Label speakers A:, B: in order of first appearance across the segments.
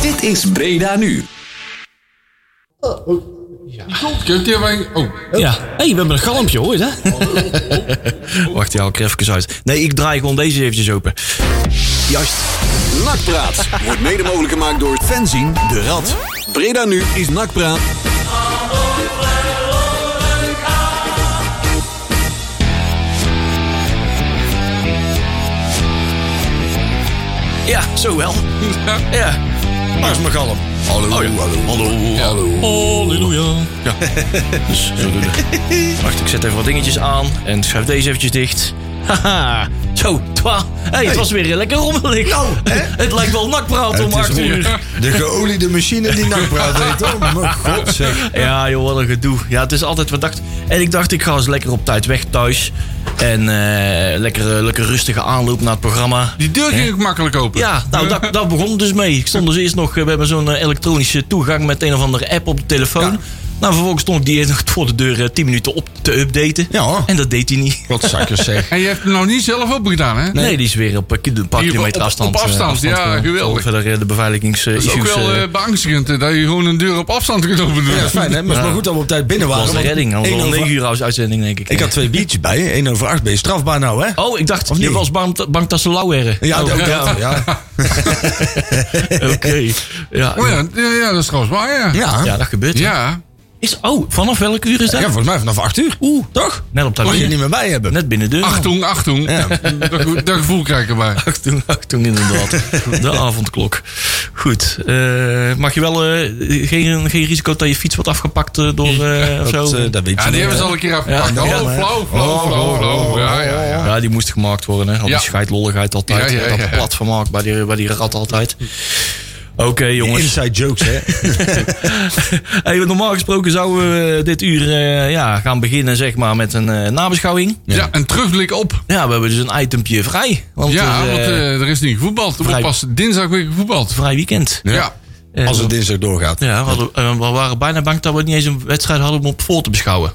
A: Dit is Breda Nu.
B: Kunt u mij... Oh,
C: Ja. hey, we hebben een galmpje, hoor je dat? Wacht, ja, ik er even uit. Nee, ik draai gewoon deze eventjes open.
A: Juist. Nakpraat wordt mede mogelijk gemaakt door Fenzien de Rad. Breda Nu is Nakpraat.
C: Ja, zo wel. Ja. Waar is mijn galm?
B: hallo, hallo, hallo, hallo.
C: Halleluja.
B: Ja.
C: Dus zo doen we. Wacht, ik zet even wat dingetjes aan en schuif deze eventjes dicht. Haha. Zo, twa. hey, het was weer eh, lekker rommelig. Het lijkt wel nakpraat om
D: Het is
C: 8 uur.
D: De geoliede machine die nakpraat heet. Oh, mijn god zeg.
C: Ja, joh, wat een gedoe. Ja, het is altijd wat dacht. En ik dacht, ik ga eens lekker op tijd weg thuis. En eh, lekker, eh, lekker rustige aanloop naar het programma.
B: Die deur ging ik makkelijk open.
C: Ja, nou, daar, daar begon het dus mee. Ik stond dus eerst nog... eh, We hebben zo'n eh, elektronische toegang met een of andere app op de telefoon. Nou, vervolgens stond ik die eerst nog voor de deur eh, 10 minuten op te updaten.
D: Ja, hoor.
C: En dat deed hij niet.
D: Wat zakkers zeg.
B: En je hebt hem nog niet zelf opgedaan, hè?
C: Nee, die is weer op een ki- een paar
B: Hier, op-
C: kilometer
B: op-
C: afstand.
B: op
C: eh,
B: afstand, ja,
C: gewoon.
B: geweldig.
C: Verder eh, de
B: Dat is ook
C: beveiligingsissues.
B: wel eh, beangstigend, eh, dat je gewoon een deur op afstand kunt openen.
D: Ja, fijn hè. Maar het is maar goed dat we op tijd binnen waren.
C: was de
D: want
C: redding. Anders
D: één
C: wel
D: over-
C: 9 uur uitzending, denk ik.
D: Ik had twee biertjes bij. 1 over 8 ben je strafbaar nou hè.
C: Oh, ik dacht,
D: Of
C: je
D: niet?
C: was bang, bang dat ze lauweren.
D: Ja,
C: Oh,
D: ook dat, ja.
C: Oké. Ja,
B: Oh
C: ja.
B: ja, ja, ja, dat is trouwens waar, ja.
D: Ja.
C: Ja, dat gebeurt.
B: Ja.
C: Is, oh, vanaf welk uur is dat?
D: Ja, volgens mij vanaf 8 uur.
C: Oeh, toch? Net op tijd.
D: Mag je
C: binnen.
D: er niet meer bij hebben.
C: Net binnen de deur.
B: Achtung, achtung.
D: Ja.
B: Dat, gevo- dat gevoel krijg ik erbij.
C: Achtung, achtung, inderdaad. De avondklok. Goed. eh, mag je wel eh, geen, geen risico dat je fiets wordt afgepakt eh, door eh, of
D: Dat,
C: zo?
D: eh, dat weet
B: Ja,
D: je
B: die
D: niet,
B: hebben ze
D: hè.
B: al een keer afgepakt.
C: Ja,
B: oh,
C: ja, maar- oh,
B: flauw, flauw, flauw, flauw. Ja, ja, ja.
C: Ja, die moest gemaakt worden. Hè. Al die
B: Ja.
C: scheidlolligheid altijd.
B: Ja, ja, ja.
C: Dat plat van Mark bij die, bij die rat altijd. Oké, jongens.
D: Inside jokes hè.
C: Hey, normaal gesproken zouden we dit uur eh, ja, gaan beginnen zeg maar, met een eh, nabeschouwing.
B: Ja, een terugblik op.
C: Ja, we hebben dus een itempje vrij. Want
B: Ja,
C: er,
B: want
C: eh,
B: eh, er is niet gevoetbald. Er wordt
C: vrij-
B: pas dinsdag weer gevoetbald.
C: vrij weekend.
B: Ja.
C: Eh,
D: Als het dinsdag doorgaat.
C: ja, we, hadden- eh, we waren bijna bang dat we niet eens een wedstrijd hadden om op voor te beschouwen.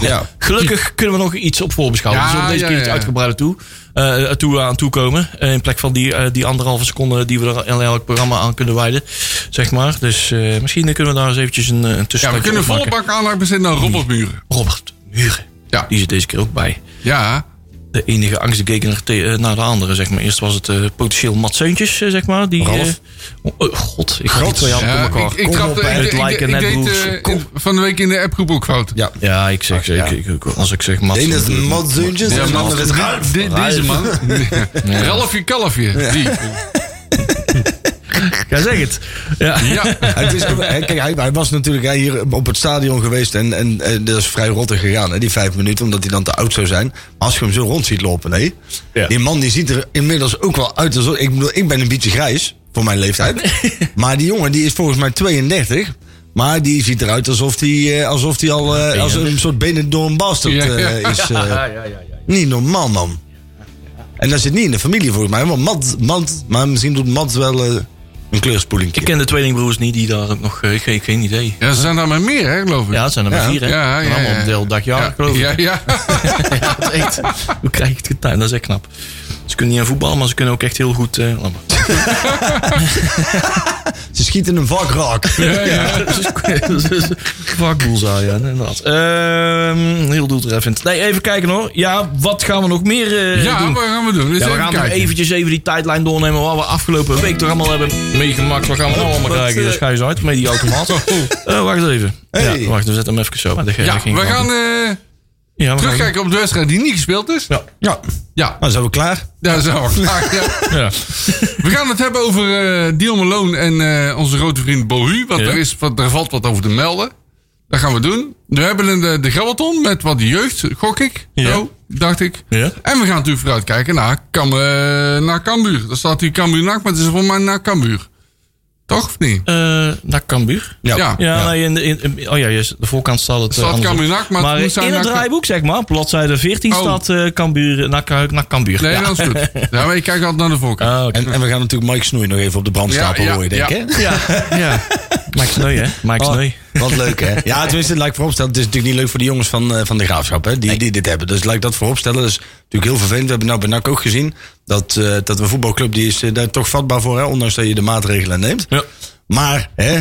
D: Ja.
C: Gelukkig kunnen we nog iets op voorbeschouwen.
B: Ja,
C: dus we deze
B: ja,
C: keer
B: ja.
C: iets uitgebreider toe, eh, toe aan toekomen. Eh, in plek van die, eh, die anderhalve seconde die we er aan elk programma aan kunnen wijden. Zeg maar. Dus eh, misschien kunnen we daar eens eventjes een, eh, een
B: Ja, we
C: tussenstapje
B: kunnen
C: op maken.
B: volle bak aandacht besteden aan Robbertmuren.
C: Robert Muren.
B: Ja.
C: Die zit deze keer ook bij.
B: Ja.
C: De enige angstgekener te- eh, naar de andere, zeg maar. Eerst was het eh, potentieel Matseuntjes, eh, zeg maar. Die,
D: Ralf.
C: eh, oh, oh, god, ik had
D: God,
C: die twee handen
B: Ja,
C: op elkaar.
B: ik, ik
D: Kom
B: trapte-
D: op, hè.
B: ik-
C: Het
B: ik-
C: lijken
B: ik
C: net
B: deed
C: broers.
B: eh, in-
C: Kom.
B: van de week in de appgroep ook fout.
D: Ja.
C: Ja, ik zeg,
D: Ach, ja.
C: Ik, ik- als ik zeg Mats.
D: De ene is een
B: Ja,
D: motzoontje. De
B: maar
D: andere is Ralf.
B: de- deze man. Ralfje Kalfje. Die.
C: Ja, zeg het. Ja.
B: Ja.
D: Het is ook- hè, kijk, hij, hij was natuurlijk hè, hier op het stadion geweest en, en, eh, dat is vrij rotte gegaan, hè, die vijf minuten, omdat hij dan te oud zou zijn. Maar als je hem zo rond ziet lopen, nee.
C: Ja.
D: Die man die ziet er inmiddels ook wel uit als... Ik bedoel, ik ben een beetje grijs voor mijn leeftijd. maar die jongen die is volgens mij 32. Maar die ziet eruit alsof hij alsof die al eh, als een soort benen door een bastard
B: Ja, ja.
D: eh, is. eh. Niet normaal, man. En dat zit niet in de familie volgens mij. Want Mad, Mad, maar misschien doet Mad wel eh, een kleurspoeling.
C: Ik ken de tweelingbroers niet, die daar ook nog... eh, geen, geen idee.
B: Ja, ze zijn daar maar meer, hè, geloof ik.
C: Ja, het zijn er maar
D: Ja.
C: vier, hè?
B: Ja, ja,
C: Allemaal
B: ja.
C: op deel dag
B: ja,
C: geloof ik.
B: ja, ja.
C: Dat is echt... Hoe krijg ik het getimed? Dat is echt knap. Ze kunnen niet aan voetbal, maar ze kunnen ook echt heel goed... eh, allemaal.
D: Ze schieten een vakraak.
C: Dat is- dat is- Vakboelzaal, ja, inderdaad. Ehm, heel doeltreffend. Nee, even kijken hoor. Ja, wat gaan we nog meer eh,
B: Ja,
C: doen?
B: wat gaan we doen? Dus
C: Ja, we
B: even
C: gaan nog
B: kijken.
C: eventjes even die tijdlijn doornemen waar we afgelopen week toch allemaal hebben meegemaakt. Wat gaan we nou allemaal
D: wat,
C: krijgen?
D: eh,
C: Dat ga je zo uit, met die automaat. Eh, wacht even.
D: Hey.
C: Ja, wacht, we zetten hem even zo. Maar dat ge-
B: Ja,
C: dat ging
B: we
C: wel.
B: gaan eh,
C: Ja, we gaan-
B: terugkijken op de wedstrijd die niet gespeeld is.
C: Ja.
D: Ja,
B: Ja,
D: nou zijn we klaar.
B: daar zijn we klaar. Ja.
C: Ja.
B: We gaan het hebben over eh Dion Malone en eh, onze grote vriend Bohu. Want
C: Ja.
B: er, is, wat, er valt wat over te melden. Dat gaan we doen. We hebben een, eh, de grabbelton met wat jeugd, gok ik.
C: Ja.
B: Zo, dacht ik.
C: Ja.
B: En we gaan natuurlijk vooruitkijken naar, Cam, eh, naar Cambuur. Daar staat hier Cambuur NAC, maar het is volgens mij naar Cambuur. Toch of niet?
C: Eh, naar Cambuur.
B: Ja.
C: Ja, nee, in de, in, in- oh ja, yes, de voorkant staat het. eh,
B: Staat
C: andersom.
B: Cambuur NAC, maar het moet
C: in
B: zijn
C: het
B: naar-
C: draaiboek, zeg maar, op bladzijde 14
B: Oh.
C: staat eh Cambuur, naar, Ka- naar Cambuur.
B: Nee,
C: ja.
B: dat is goed. Ja, maar ik kijk altijd naar de voorkant.
C: Ah, oké.
D: En, en we gaan natuurlijk Mike Snoei nog even op de brandstapel
B: Ja, ja,
D: horen, denk ik.
B: ja.
D: hè?
C: ja, ja. Mike Sneu, hè? Mike
D: Oh,
C: Sneu.
D: wat leuk, hè? Ja, tenminste, laat ik vooropstellen. Het is natuurlijk niet leuk voor de jongens van, eh, van de graafschap, hè? Die, die dit hebben. Dus laat ik dat vooropstellen. Dat is natuurlijk heel vervelend. We hebben nou bij NAC ook gezien dat, eh, dat een voetbalclub, die is eh, daar toch vatbaar voor, hè? Ondanks dat je de maatregelen neemt.
C: Ja.
D: Maar, hè,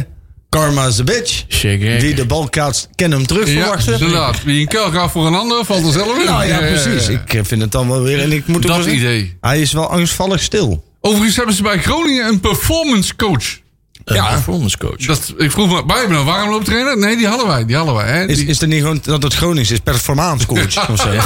D: karma is a bitch.
C: Zeker.
D: Wie de bal kaatst, kan hem terug
B: Ja,
D: verwachten.
B: inderdaad. Wie een kuil gaat voor een ander, valt er zelf in.
D: Nou ja,
B: Eh,
D: precies. Ik eh, vind het dan wel weer. En ik moet ook
B: Dat
D: wel zeggen,
B: idee.
D: Hij is wel angstvallig stil.
B: Overigens hebben ze bij Groningen een performance coach.
C: ja. performance coach.
B: Dat, ik vroeg me, wij hebben een warmlooptrainer? Nee, die hadden wij. Die hadden wij hè?
D: Is,
B: Die-
D: is er niet gewoon dat het Gronings is? Performancecoach of zo. Ja,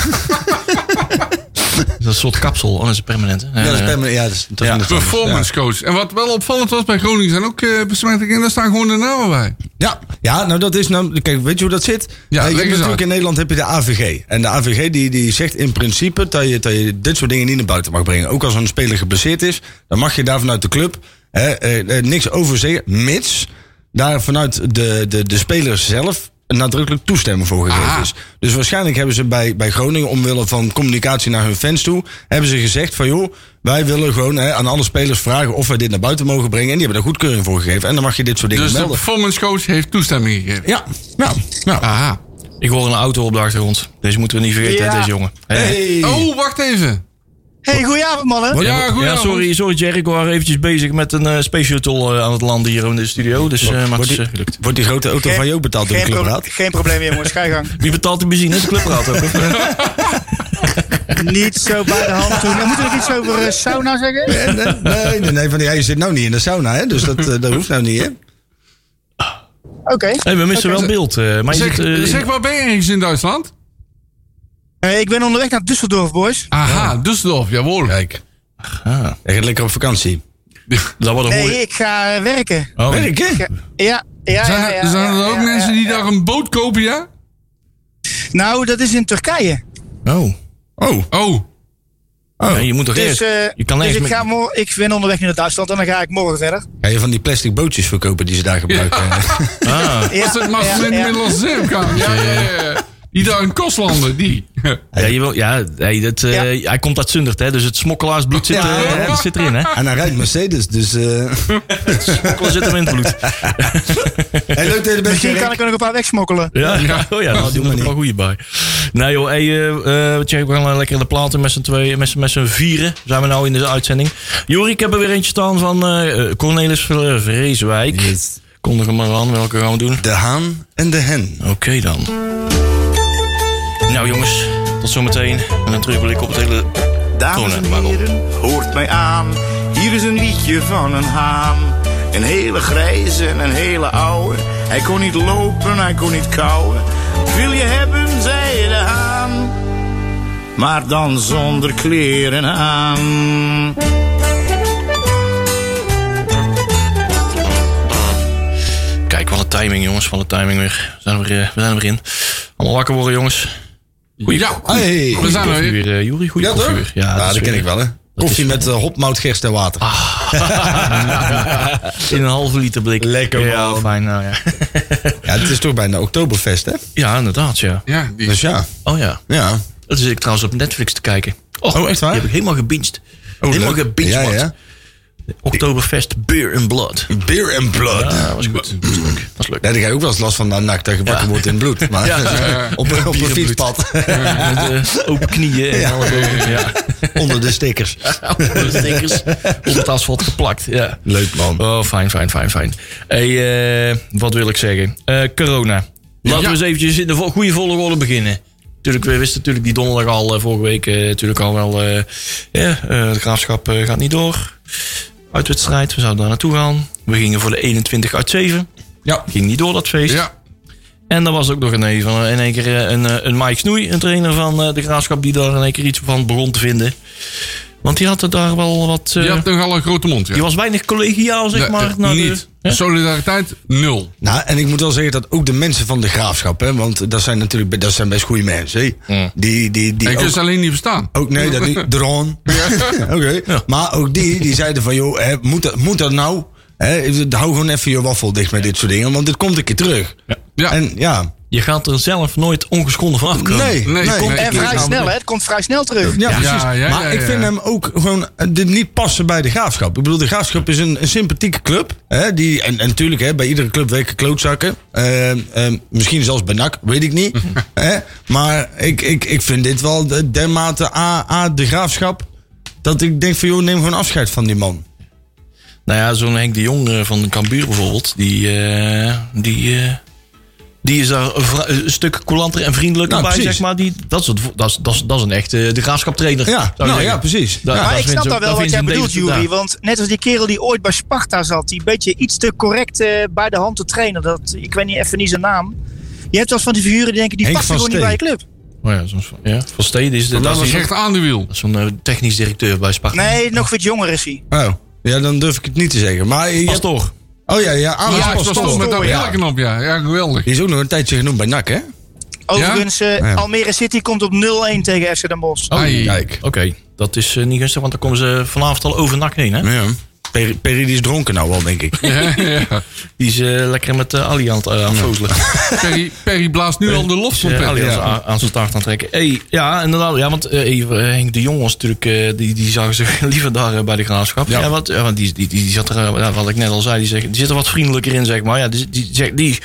C: Dat is een soort kapsel. Oh, dat is een permanente.
D: dat is perma- ja, dat is dat is
C: Ja,
D: anders.
B: Performance coach. En wat wel opvallend was bij Groningen zijn ook eh besmettingen. En daar staan gewoon de namen bij.
D: Ja. ja, nou dat is nou. Kijk, weet je hoe dat zit?
B: Ja,
D: Eh, je
B: leg
D: hebt
B: eens
D: natuurlijk
B: uit.
D: in Nederland heb je de AVG. En de AVG die, die zegt in principe dat je, dat je dit soort dingen niet naar buiten mag brengen. Ook als een speler geblesseerd is, dan mag je daar vanuit de club eh, eh, eh, niks over zeggen. Mits daar vanuit de, de, de speler zelf een nadrukkelijk toestemming voor gegeven
B: Ah.
D: is. Dus waarschijnlijk hebben ze bij, bij Groningen, omwille van communicatie naar hun fans toe, hebben ze gezegd van joh, wij willen gewoon hè, aan alle spelers vragen of wij dit naar buiten mogen brengen. En die hebben daar goedkeuring voor gegeven. En dan mag je dit soort dingen
B: Dus de
D: melden.
B: performance coach heeft toestemming gegeven.
D: Ja, nou, nou.
B: Aha.
C: Ik hoor een auto op de achtergrond. Deze moeten we niet vergeten, hè, deze jongen. Eh, Hè?
B: Oh, wacht even.
E: Hey, goedenavond mannen.
D: Wat-
B: Oh, Ja, goed.
C: Ja, sorry, sorry Jerry. Ik was eventjes bezig met een eh space shuttle eh, aan het landen hier in de studio. Dus, eh, maar het is eh, gelukt.
D: Wordt die grote auto van jou betaald door de
E: Geen, pro-
D: clubraad?
E: geen probleem jongens, ga je gang.
C: Wie betaalt de benzine? Is de clubraad ook? of?
E: niet zo bij de hand doen. Dan moeten we nog iets over eh, sauna zeggen?
D: Nee, nee, nee, nee, van die, hij zit nou niet in de sauna, hè? dus dat, eh, dat hoeft nou niet. Hè?
E: Oké.
C: Hey, we missen wel beeld. eh, maar je
B: Zeg,
C: zit, eh, in-
B: zeg, waar ben je ergens in Duitsland?
E: Eh, ik ben onderweg naar Düsseldorf, boys.
B: Aha, Düsseldorf, jawohl. Kijk.
C: Ah,
D: Hij gaat lekker op vakantie.
C: dat wordt een
E: Nee,
C: mooie...
E: ik ga eh, werken.
C: Oh,
D: Werk, hè?
E: Ja, ja,
B: Zijn,
E: ja, ja,
B: zijn er
E: ja,
B: ook
E: ja,
B: mensen
E: ja.
B: die daar een boot kopen, ja?
E: Nou, dat is in Turkije.
C: oh.
D: Oh,
B: Oh,
C: Ja, je moet toch
E: Dus,
C: eerst...
E: eh,
C: je kan
E: dus
C: nergens
E: ik,
C: meer-
E: ga mor- ik ben onderweg naar Duitsland en dan ga ik morgen verder.
D: ga je van die plastic bootjes verkopen die ze daar gebruiken?
C: Ah.
E: Ja,
B: als het maar
E: ja,
B: in
E: ja.
B: het Middellandse Zee kan. Ja, ja, ja. Die daar in Koslanden, die.
C: Ja, je wil, ja hey, dat, eh, hij komt uit Zundert, hè, dus het smokkelaarsbloed zit,
D: Ja,
C: eh,
D: ja, ja.
C: dat zit erin. Hè?
D: En hij rijdt Mercedes, dus... eh
C: Smokkel zit hem in het bloed.
D: hey, leuk dat je er bent,
E: Misschien
D: Gerrit.
E: kan ik er nog een paar wegsmokkelen.
C: Ja, ja. Oh, ja nou, doen we
D: maar
C: er wel goede bij. Nou joh, hey, eh, eh, check, we gaan eh, lekker in de platen met z'n tweeën, met z'n- met z'n vieren zijn we nou in de uitzending. Jori, ik heb er weer eentje staan van eh, Cornelis Vre- Vreeswijk.
D: Yes.
C: Kondig hem maar aan, welke gaan we doen?
D: De haan en de hen.
C: Oké dan. Nou jongens, tot zometeen. En een terugblik op het hele...
F: Dames en
C: Tonen,
F: heren, hoort mij aan. Hier is een liedje van een haan. Een hele grijze en een hele oude. Hij kon niet lopen, hij kon niet kauwen. Wil je hebben, zei de haan. Maar dan zonder kleren aan.
C: Kijk, wat een timing jongens, wat een timing weer. We zijn er weer, eh, we zijn er weer in. Allemaal wakker worden jongens. Goeie,
B: Ja,
D: Hey.
B: we zijn er
C: koffie
B: weer.
C: weer, eh, Joeri. Goeie
D: Ja,
C: koffie
D: toch?
C: weer.
D: Ja, dat, Ah.
C: is
D: ken
C: weer-
D: ik wel, hè? Koffie met eh, hopmout, gerst en water.
C: In een halve liter blik.
D: Lekker,
C: Ja,
D: man.
C: fijn, nou ja.
D: Ja, het is toch bijna Oktoberfest, hè?
C: ja, inderdaad, ja.
B: Ja, die.
D: Dus ja,
C: Oh ja.
D: ja.
C: Dat zit ik trouwens op Netflix te kijken. Och,
D: Oh, echt waar? Oh,
C: Die heb ik helemaal gebinged. helemaal
D: leuk.
C: gebinged,
D: Ja,
C: man.
D: ja.
C: Oktoberfest, Beer and Blood.
D: Beer and blood.
C: Ja, dat was goed. Dat is leuk. Dat is leuk.
D: Daar heb ik ook wel eens last van na nacht dat je wakker wordt in bloed. Maar
C: Ja.
D: op, een- op een fietspad.
C: Met eh, open knieën en alle boven. Ja.
D: Onder de stickers.
C: Alle stickers op het asfalt geplakt. Ja.
D: Leuk man.
C: Oh, fijn, fijn, fijn, fijn. Hey, eh, wat wil ik zeggen? Eh, corona. Laten
B: Ja.
C: we eens eventjes in de vo- goede volgorde beginnen. Natuurlijk, we wisten natuurlijk die donderdag al eh, vorige week eh, natuurlijk al wel. eh, ja, eh, de graafschap eh, gaat niet door. Uitwedstrijd, we zouden daar naartoe gaan. We gingen voor de 21 uit 7.
B: Ja.
C: Ging niet door dat feest.
B: Ja,
C: En dan was ook nog ineens van, eh, in één keer eh, een, eh, een Mike Snoei, een trainer van eh, de graafschap, die daar in één keer iets van begon te vinden. Want die had er daar wel wat. eh,
B: je hebt nogal een grote mond, ja.
C: Die was weinig collegiaal, zeg
B: Nee,
C: maar.
B: eh,
C: naar de-
B: niet.
C: Hè?
B: Solidariteit, nul.
D: Nou, en ik moet wel zeggen dat ook de mensen van de graafschap, hè, want dat zijn natuurlijk be- dat zijn best goede mensen. hè.
C: Ja.
D: Die, die, die
B: En je kunt
D: ook,
B: ze alleen niet bestaan.
D: ook- nee, dat niet. Dron. Oké. Maar ook die, die zeiden van, joh, hè, moet, dat, moet dat nou? Hè, hou gewoon even je waffel dicht met dit soort dingen, want dit komt een keer terug.
B: Ja.
D: En ja,
C: Je gaat er zelf nooit ongeschonden van afkomen.
D: nee,
B: Nee,
D: nee.
B: nee.
E: En vrij snel, hè? Het komt vrij snel terug.
D: Ja, precies.
B: ja, ja,
D: maar
B: ja,
D: ik
B: ja.
D: vind hem ook gewoon eh, dit niet passen bij de graafschap. Ik bedoel, de graafschap is een, een sympathieke club. Hè, die, en, en natuurlijk, hè, bij iedere club werken klootzakken. Eh, eh, misschien zelfs bij NAC, weet ik niet. hè, maar ik, ik, ik vind dit wel de- dermate A, A de graafschap. Dat ik denk van, joh, neem gewoon afscheid van die man.
C: Nou ja, zo'n Henk de Jong eh, van Cambuur bijvoorbeeld, die, eh, die, eh, die is daar een vra- een stuk coulanter en vriendelijker
D: Nou,
C: bij,
D: precies.
C: zeg maar. Die, dat, is het, vo- dat, is, dat, is, dat is een echte eh, de graafschap trainer.
D: Ja, nou ja, precies. Ja.
E: Maar ik snap
C: daar
E: daar wel wat jij bedoelt, Jury.
C: Jury.
E: Want net als die kerel die ooit bij Sparta zat, die beetje iets te correct eh, bij de hand te trainen. Dat, ik weet niet even niet zijn naam. Je hebt wel eens van die figuren die denken, die
D: Henk
E: past
D: van
E: gewoon niet bij je
D: Steen.
E: club.
C: Oh ja, soms, ja. Van Steden is de- dat
B: Dat
C: is
B: was
C: die-
B: echt aan de wiel.
C: dat is zo'n eh, technisch directeur bij Sparta.
E: Nee, nog wat jonger is hij.
D: Oh, ja, dan durf ik het niet te zeggen. Maar je hebt-
C: Pastoor.
D: Oh ja, ja, Alex
B: Ja,
D: Pastoor.
B: dat stond met dat
D: Ja.
B: belknop, ja. Ja, geweldig.
D: Die is ook nog een tijdje genoemd bij NAC, hè?
E: Overigens, eh,
D: Ja. Oh,
E: Almere City komt op 0-1 tegen FC Den Bosch.
B: Ai.
D: Kijk.
C: Oké, dat is eh, niet gunstig, want dan komen ze vanavond al over NAC heen. Hè?
D: Ja. Per, Perry die is dronken nou wel, denk ik.
B: Ja, ja.
C: Die is eh, lekker met eh, Ali aan het eh, aan het vogelen.
B: Perry, Perry blaast nu al de
C: Eh, Ali
B: loftrompet.
C: aan
B: Ja.
C: zijn- aan zijn staart aan het trekken. Hey, ja, inderdaad. Ja, want eh, even, eh, Henk de Jong was natuurlijk... eh, die, die zagen zich liever daar eh, bij de graafschap. Ja, want, ja, want die, die, die, die zat er... eh, ja, wat ik net al zei, die, zegt, die zit er wat vriendelijker in, zeg maar. Ja, die, die, zegt, die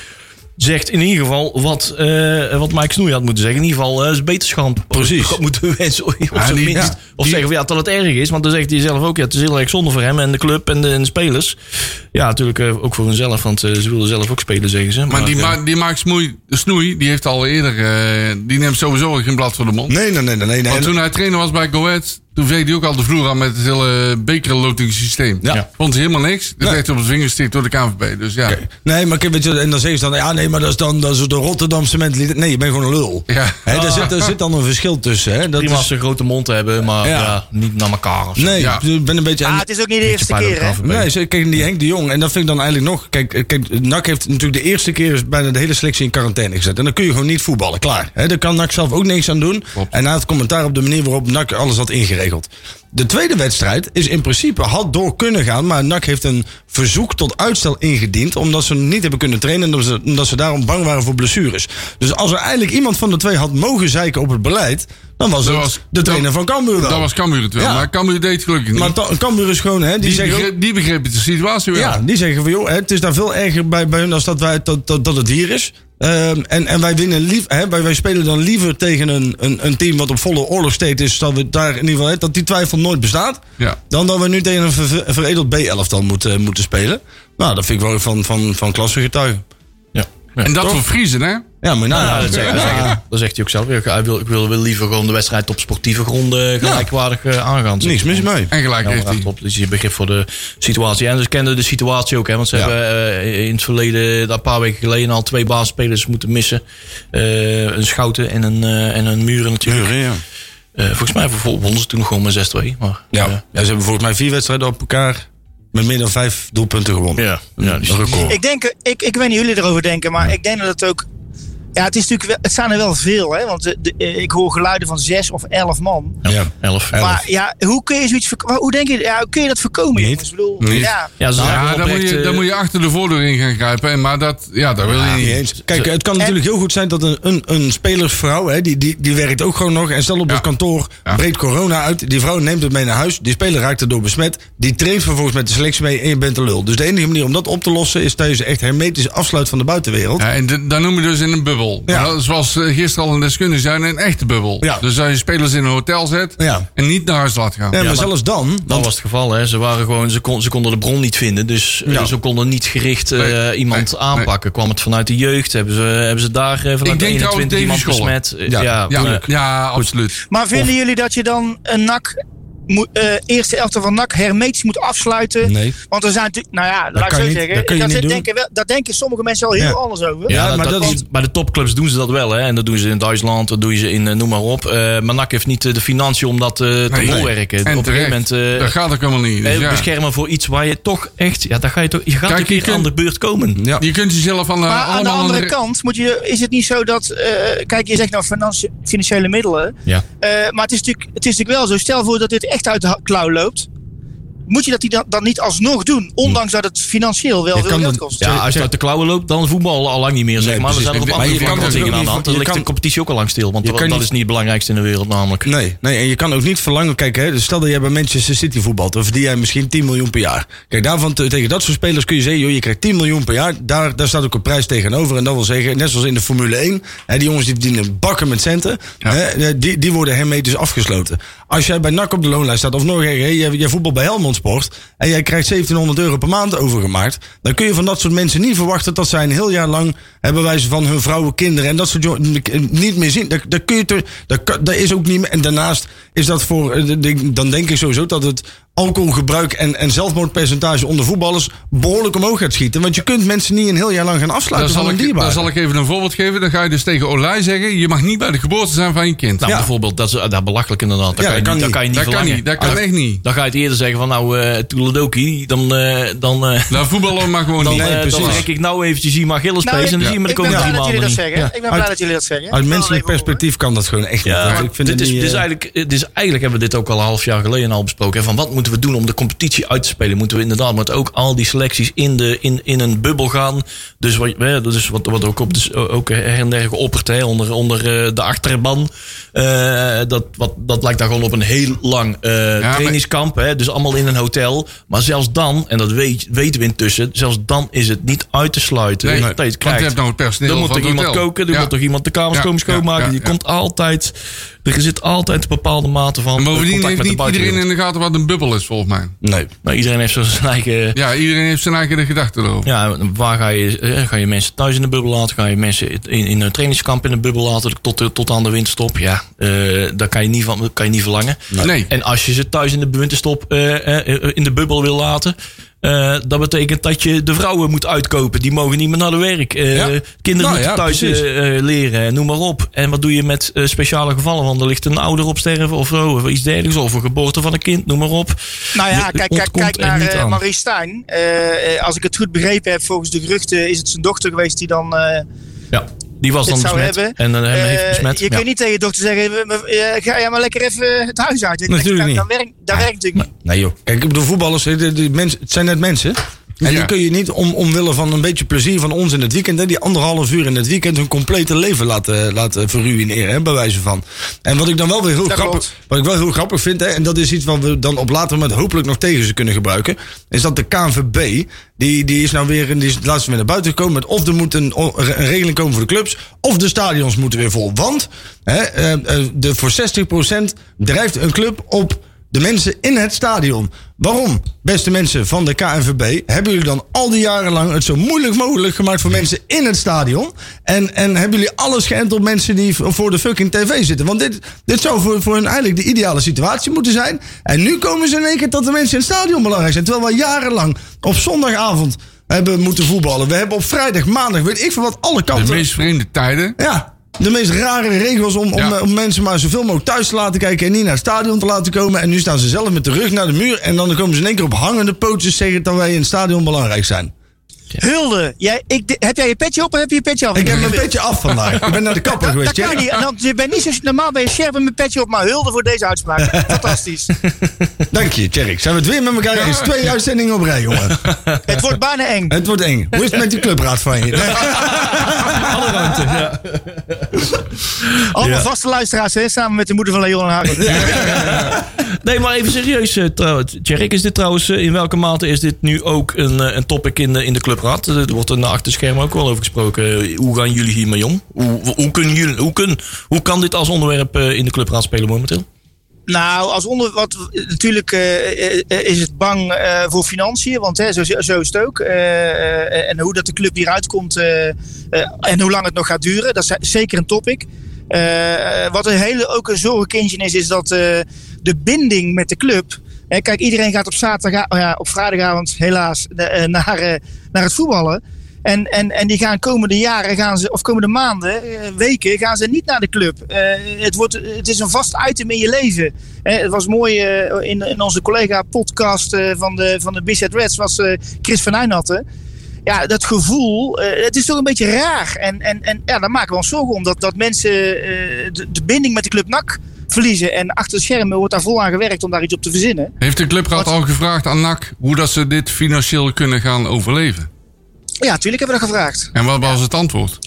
C: zegt in ieder geval wat, eh, wat Mike Snoei had moeten zeggen. In ieder geval eh, is beterschap. Precies. Moeten wensen, op zijn
B: die-
C: minst.
B: ja,
C: Of zeggen we, ja, dat het erg is. Want dan zegt hij zelf ook... Ja, het is heel erg zonde voor hem en de club en de, en de spelers. Ja, natuurlijk eh, ook voor hunzelf. Want eh, ze wilden zelf ook spelen, zeggen ze.
B: Maar die,
C: eh,
B: ma die Mark Smoei, Snoei, die heeft al eerder... eh, die neemt sowieso geen blad voor de mond.
D: Nee, nee, nee, nee. nee,
B: Want toen hij trainer was bij Go Ahead, toen veegde hij ook al de vloer aan met het hele bekerlotingssysteem.
D: Ja.
B: Vond hij helemaal niks. Dat
D: Nee.
B: werd op de vingers gestikt door de KNVB. Dus ja.
D: Nee, maar kijk, weet je, en dan zeggen ze dan, ja, nee, maar dat is dan dat is de Rotterdamse mentaliteit. Nee, je bent gewoon een lul.
B: Ja.
D: Hè, daar, zit, daar zit dan een verschil tussen. Hè? Dat
C: Prima als
D: is,
C: ze een grote mond hebben, maar
D: Ja.
C: ja. niet naar elkaar. Of zo.
D: nee,
B: Ja.
D: ik ben een beetje.
E: Ah, het is ook niet de eerste
C: bij
E: keer, hè?
C: elkaar verbinden.
D: Nee, ze- kijk, die Henk de Jong, en dat vind ik dan eigenlijk nog... Kijk, eh, kijk NAC heeft natuurlijk de eerste keer is bijna de hele selectie in quarantaine gezet. En dan kun je gewoon niet voetballen, klaar. Hè, daar kan NAC zelf ook niks aan doen.
B: Klopt.
D: En hij had commentaar op de manier waarop NAC alles had ingeregeld. De tweede wedstrijd is in principe, had door kunnen gaan... maar NAC heeft een verzoek tot uitstel ingediend... omdat ze niet hebben kunnen trainen... en omdat ze, omdat ze daarom bang waren voor blessures. Dus als er eigenlijk iemand van de twee had mogen zeiken op het beleid... dan was
B: Dat
D: het
B: was-
D: de trainer
B: dat-
D: van Cambuur wel.
B: Dat was Cambuur het wel.
D: Ja.
B: Maar Cambuur deed het gelukkig niet.
D: maar Ta- Cambuur is gewoon... Hè, die,
B: die,
D: zeggen ook-
B: begreep, die begreep de situatie wel.
D: ja, die zeggen van joh, hè, het is daar veel erger bij, bij hun als dat, wij, dat, dat, dat het hier is. Ehm, en, en wij winnen lief, hè, wij, wij spelen dan liever tegen een, een, een team wat op volle oorlogsteed is, dat we daar in ieder geval hè, dat die twijfel nooit bestaat.
B: Ja.
D: Dan dat we nu tegen een ver- een veredeld B-elftal moeten, eh, moeten spelen. Nou, dat vind ik wel van, van, van klasse getuigen.
C: Ja. Ja.
B: En dat voor Friesen, hè?
D: Ja, maar nou,
C: Ja, dat, zegt, dat,
D: ja,
C: zegt, dat zegt hij ook zelf. Ik wil, ik wil, wil liever gewoon de wedstrijd op sportieve gronden gelijkwaardig eh, aangaan.
D: niks mis mee.
B: En gelijk
C: Ja,
B: heeft hij.
C: op, dus je begrip voor de situatie. En ze kennen de situatie ook. Hè, want ze
D: Ja.
C: hebben eh, in het verleden, daar een paar weken geleden, al twee basisspelers moeten missen. Eh, een Schouten en een, eh, en een Muren natuurlijk.
D: ja.
C: Eh, volgens mij wonnen ze toen gewoon met 6-2. Maar,
D: Ja.
C: eh,
D: ze hebben volgens mij vier wedstrijden op elkaar met meer dan vijf doelpunten gewonnen.
C: ja. ja, dus-
D: Een record.
E: Ik denk, eh, ik, ik weet niet hoe jullie erover denken, maar ik denk dat het ook. Ja, het, is natuurlijk wel, het zijn er wel veel, hè? Want de, de- eh, ik hoor geluiden van zes of elf man.
D: Ja.
C: Elf.
E: Maar ja, hoe kun je zoiets verko- Hoe denk je, ja, hoe kun je dat voorkomen?
D: Niet.
E: jongens? Ik bedoel,
B: Niet.
E: ja.
C: Ja, ze
D: Nou,
C: zijn
B: Ja,
C: wel
B: dan moet,
C: oprecht,
B: je,
C: eh,
B: dan moet je achter de voordeur in gaan grijpen. En, maar dat, ja, dat wil je
D: Niet
B: niet.
D: eens. Kijk, het kan natuurlijk heel goed zijn dat een, een, een spelersvrouw, hè, die, die, die werkt ook gewoon nog. En stel op
B: Ja.
D: het kantoor,
B: Ja.
D: breekt corona uit. Die vrouw neemt het mee naar huis. Die speler raakt erdoor besmet. Die traint vervolgens met de selectie mee en je bent een lul. Dus de enige manier om dat op te lossen is dat je ze echt hermetisch afsluit van de buitenwereld.
B: Ja, en de- dan noem je dus in een bubbel.
D: Ja.
B: Nou, Zoals eh, gisteren al een deskundige zei, een echte bubbel.
D: Ja.
B: Dus als je spelers in een hotel zet
D: Ja.
B: en niet naar huis laat gaan.
D: Nee, maar,
C: maar-
D: zelfs dan.
C: Dat
D: Want,
C: was het geval, hè. Ze, waren gewoon, ze, kon- ze konden de bron niet vinden. Dus eh,
D: Ja.
C: ze konden niet gericht eh,
B: Nee,
C: iemand
B: nee,
C: aanpakken. Kwam het vanuit de jeugd? Hebben ze, hebben ze daar eh, vanuit
B: Ik
C: de
B: denk trouwens
C: 21 iemand
B: Davy Scholler.
C: besmet? Eh,
D: Ja,
C: Ja,
B: Ja,
C: eh,
B: ja, absoluut.
E: Maar vinden jullie dat je dan een NAC, moet- eh, eerste elftal van NAC, hermetisch moet afsluiten?
D: Nee.
E: Want er zijn natuurlijk, nou ja, laat ik
D: kan
E: zo
D: je niet-
E: zeggen.
D: dat kun je
E: dat
D: niet doen.
E: denken, wel, daar denken sommige mensen al heel
D: Ja.
E: anders over.
C: Ja,
D: Ja,
C: dat-
D: maar
C: dat
D: dat
C: is-
D: is-
C: bij de topclubs doen ze dat wel. Hè? En dat doen ze in Duitsland, dat doen ze in eh, noem maar op. Eh maar NAC heeft niet eh, de financiën om dat eh, te
B: Nee.
C: bolwerken.
B: En
C: op een
B: terecht.
C: gegeven moment eh,
B: dat gaat ook helemaal niet. Dus
C: eh,
B: ja.
C: beschermen voor iets waar je toch echt... Ja, daar ga je, toch, je gaat
B: Kijk,
C: een keer
B: je kunt-
C: aan de beurt komen.
D: ja.
B: Je kunt jezelf aan de,
E: Maar aan de
B: allemaal
E: andere
B: re-
E: kant moet je, is het niet zo dat. eh, kijk, je zegt nou financi- financiële middelen.
C: Ja.
E: Eh, maar het is, natuurlijk, het is natuurlijk wel zo. Stel voor dat dit echt uit de ha- klauw loopt. Moet je dat die dan, dan niet alsnog doen? Ondanks dat het financieel wel
D: Je
E: veel
D: kan
E: geld
D: dat-
E: kost. Nou,
C: Ja, als je uit de klauwen loopt, dan voetbal al lang niet meer, zeg
D: Nee,
C: maar. We
D: precies.
C: zijn er op
D: Maar
C: andere
D: je kan
C: vlakken wat
D: dus
C: dingen
D: ook
C: aan de
D: niet-
C: hand. Dan
D: je
C: ligt de
D: kan-
C: competitie ook al lang stil, want
D: Je
C: dat
D: kan
C: dat
D: niet-
C: is niet het belangrijkste in de wereld namelijk.
D: Nee, nee, en je kan ook niet verlangen. Kijk, hè, dus stel dat jij bij Manchester City voetbalt, dan verdien jij misschien 10 miljoen per jaar. Kijk, daarvan te- tegen dat soort spelers kun je zeggen, joh, je krijgt 10 miljoen per jaar. Daar, daar staat ook een prijs tegenover. En dat wil zeggen, net zoals in de Formule 1, hè, die jongens die verdienen bakken met centen, hè, dus eh, die, die worden hermetisch afgesloten. Als jij bij NAC op de loonlijst staat, of nog erger, hè, jij, jij voetbalt bij Helmond topsport. en jij krijgt 1700 euro per maand overgemaakt. dan kun je van dat soort mensen niet verwachten dat zij een heel jaar lang. hebben wijze van hun vrouwen, kinderen en dat soort jongen. niet meer zien. Dat, dat kun je te, dat, kan- dat is ook niet meer. En daarnaast is dat voor. eh, de- de- dan denk ik sowieso dat het alcoholgebruik en, en zelfmoordpercentage onder voetballers. behoorlijk omhoog gaat schieten. Want je kunt mensen niet een heel jaar lang gaan
B: Daar
D: afsluiten
B: zal,
D: van een
B: ik, daar
D: dierbare.
B: zal ik even een voorbeeld geven. Dan ga je dus tegen Olij zeggen: je mag niet bij de geboorte zijn van je kind.
C: Nou,
D: Ja.
C: bijvoorbeeld, dat is eh, dat is belachelijk inderdaad. Dat
D: Ja,
C: kan, je
D: dat
C: niet,
D: kan
C: dat kan je niet
B: dat kan
C: verlangen.
B: niet. Dat kan
C: Dan-
B: echt niet.
C: Dan ga je het eerder zeggen van nou, eh Toeledoki, dan, eh dan, eh,
B: Nou, voetballen mag gewoon niet.
C: eh,
D: precies.
C: dan trek ik nou eventjes die Magillis
E: Nou,
C: space en dan
E: ik-
C: zie je me de
E: ik ben
C: komende
E: blij
C: drie
E: dat jullie
C: maanden
E: dat
C: niet.
E: zeggen. Ik ben blij
D: Uit-
E: dat jullie dat zeggen.
D: Uit
E: Wel
D: menselijk
E: even horen.
D: perspectief kan dat gewoon echt niet.
C: Ja,
D: Want
C: maar
D: ik vind
C: dit,
D: het
C: is,
D: niet,
C: dit, is
D: eh,
C: eigenlijk, dit is eigenlijk hebben we dit ook al een half jaar geleden al besproken. hè, Van wat moeten we doen om de competitie uit te spelen? Moeten we inderdaad met ook al die selecties in, de, in, in een bubbel gaan? Dus wat, hè, dat is wat, wat ook, op de, s- ook her en der geopperd hè, onder, onder eh, de achterban. Eh, dat, wat, dat lijkt daar gewoon op een heel lang eh,
B: maar-
C: trainingskamp. Hè, dus allemaal in een hotel. Maar zelfs dan, en dat weet, weten we intussen, zelfs dan is het niet uit te sluiten.
B: Nee,
C: dat je het
B: want je
C: krijgt.
B: hebt nou het personeel
C: Dan moet
B: van
C: toch
B: het
C: iemand
B: hotel.
C: koken, er
B: Ja.
C: moet toch iemand de kamers
B: Ja,
C: komen
B: ja,
C: schoonmaken.
B: ja,
C: die
B: ja.
C: komt altijd, er zit altijd een bepaalde mate van
B: En
C: eh,
B: bovendien
C: contact
B: heeft
C: met de
B: niet iedereen
C: buitenwereld.
B: in de gaten wat een bubbel is, volgens mij.
D: Nee.
C: Nou, iedereen heeft zo zijn eigen...
B: Ja, iedereen heeft zijn eigen gedachten erover.
C: Ja, waar ga je, eh, ga je mensen thuis in de bubbel laten? Ga je mensen in, in een trainingskamp in de bubbel laten tot, de- tot aan de winterstop? Ja, eh dat kan je niet, van, kan je niet verlangen.
B: Nee.
C: En als je ze thuis in de winterstop eh, eh, in de bubbel wil laten... eh, dat betekent dat je de vrouwen moet uitkopen. Die mogen niet meer naar de werk. Eh,
D: Ja. Nou
C: Kinderen moeten
D: ja,
C: thuis
D: precies.
C: eh, eh, leren. en Noem maar op. En wat doe je met eh, speciale gevallen? Want er ligt een ouder op sterven of zo. Of iets dergelijks. Of een geboorte van een kind. Noem maar op.
E: Nou ja,
C: Je
E: kijk, kijk,
C: ontkomt
E: kijk
C: er
E: naar
C: niet
E: eh
C: aan.
E: Marie Stijn. Eh, eh, als ik het goed begrepen heb, volgens de geruchten is het zijn dochter geweest die dan eh
C: Ja, die was
E: dit
C: dan
E: zou
C: besmet.
E: hebben.
C: En dan
E: Eh,
C: heeft besmet.
E: je
C: Ja.
E: kunt niet tegen je dochter zeggen, "Me- eh, ga jij maar lekker even het huis uit. nou,
D: Natuurlijk
E: dat,
D: niet.
E: Dat werkt, dat werkt natuurlijk niet.
D: Nee joh. Kijk, ik bedoel, voetballers, hè, die, die mensen, het zijn net mensen. En
B: Ja.
D: die kun je niet om, omwille van een beetje plezier van ons in het weekend... Hè, die anderhalf uur in het weekend hun complete leven laten, laten verruineren, hè, bij wijze van. En wat ik dan wel weer heel,
E: Dat
D: grappig,
E: klopt.
D: wat ik wel heel grappig vind... Hè, en dat is iets wat we dan op later moment hopelijk nog tegen ze kunnen gebruiken... is dat de KNVB, die, die is nou weer die is het laatste weer naar buiten gekomen... met of er moet een, o- een regeling komen voor de clubs... of de stadions moeten weer vol. Want hè, eh, eh, de, voor 60% drijft een club op de mensen in het stadion. Waarom, beste mensen van de KNVB, hebben jullie dan al die jaren lang het zo moeilijk mogelijk gemaakt voor mensen in het stadion? En, en hebben jullie alles geënt op mensen die v- voor de fucking tv zitten? Want dit, dit zou voor, voor hun eigenlijk de ideale situatie moeten zijn. En nu komen ze in één keer dat de mensen in het stadion belangrijk zijn. Terwijl we jarenlang op zondagavond hebben moeten voetballen. We hebben op vrijdag, maandag, weet ik veel wat, alle kanten.
B: De meest vreemde tijden.
D: Ja, de meest rare regels om, om,
B: Ja.
D: eh, om mensen maar zoveel mogelijk thuis te laten kijken en niet naar het stadion te laten komen. En nu staan ze zelf met de rug naar de muur en dan komen ze in één keer op hangende pootjes zeggen dat wij in het stadion belangrijk zijn.
E: Hulde, jij, ik, de- heb jij je petje op of heb je je petje af?
D: Ik heb mijn petje af vandaag. Ik ben naar de kapper
E: Dat
D: geweest.
E: kan
D: Jerry.
E: niet. En dan- je bent niet zo, normaal ben je scherp met mijn petje op, maar hulde voor deze uitspraak. Fantastisch.
D: Dank je, Jerry. Zijn we het weer met elkaar eens? Twee uitzendingen op rij, jongen.
E: Het wordt bijna eng.
D: Het wordt eng. Hoe is het met die clubraad van je?
E: Allemaal vaste luisteraars, hè, samen met de moeder van Leon en Harry.
C: Nee, maar even serieus eh, trouwens. Tjerk, is dit trouwens, eh, in welke mate is dit nu ook een, eh, een topic in de, in de clubraad? Er wordt er achter de schermen ook wel over gesproken. Eh, Hoe gaan jullie hiermee om? Hoe, hoe, kunnen jullie, hoe, kun, hoe kan dit als onderwerp eh, in de clubraad spelen momenteel?
E: Nou, als onder, wat, natuurlijk eh, eh, eh, is het bang eh, voor financiën, want hè, zo, zo is het ook. Eh, eh, en hoe dat de club hieruit komt eh, eh, en hoe lang het nog gaat duren, dat is zeker een topic. Eh, eh, wat een hele ook een zorgenkindje is, is dat eh, de binding met de club. Hè, kijk, iedereen gaat op, zaterdag, oh ja, op vrijdagavond helaas eh, eh, naar, eh, naar het voetballen. En, en, en die gaan komende jaren, gaan ze, of komende maanden, eh, weken, gaan ze niet naar de club. Eh, het, wordt, het is een vast item in je leven. Eh, het was mooi eh, in, in onze collega-podcast eh, van de, van de Bizet Reds, was eh, Chris van Nijnatten. Ja, dat gevoel, eh, het is toch een beetje raar. En, en, en ja, daar maken we ons zorgen om, dat, dat mensen eh, de, de binding met de club NAC verliezen. En achter de schermen wordt daar vol aan gewerkt om daar iets op te verzinnen.
B: Heeft de clubraad
E: Wat-
B: al gevraagd aan NAC hoe dat ze dit financieel kunnen gaan overleven?
E: Ja, tuurlijk hebben we dat gevraagd.
B: En wat was het antwoord?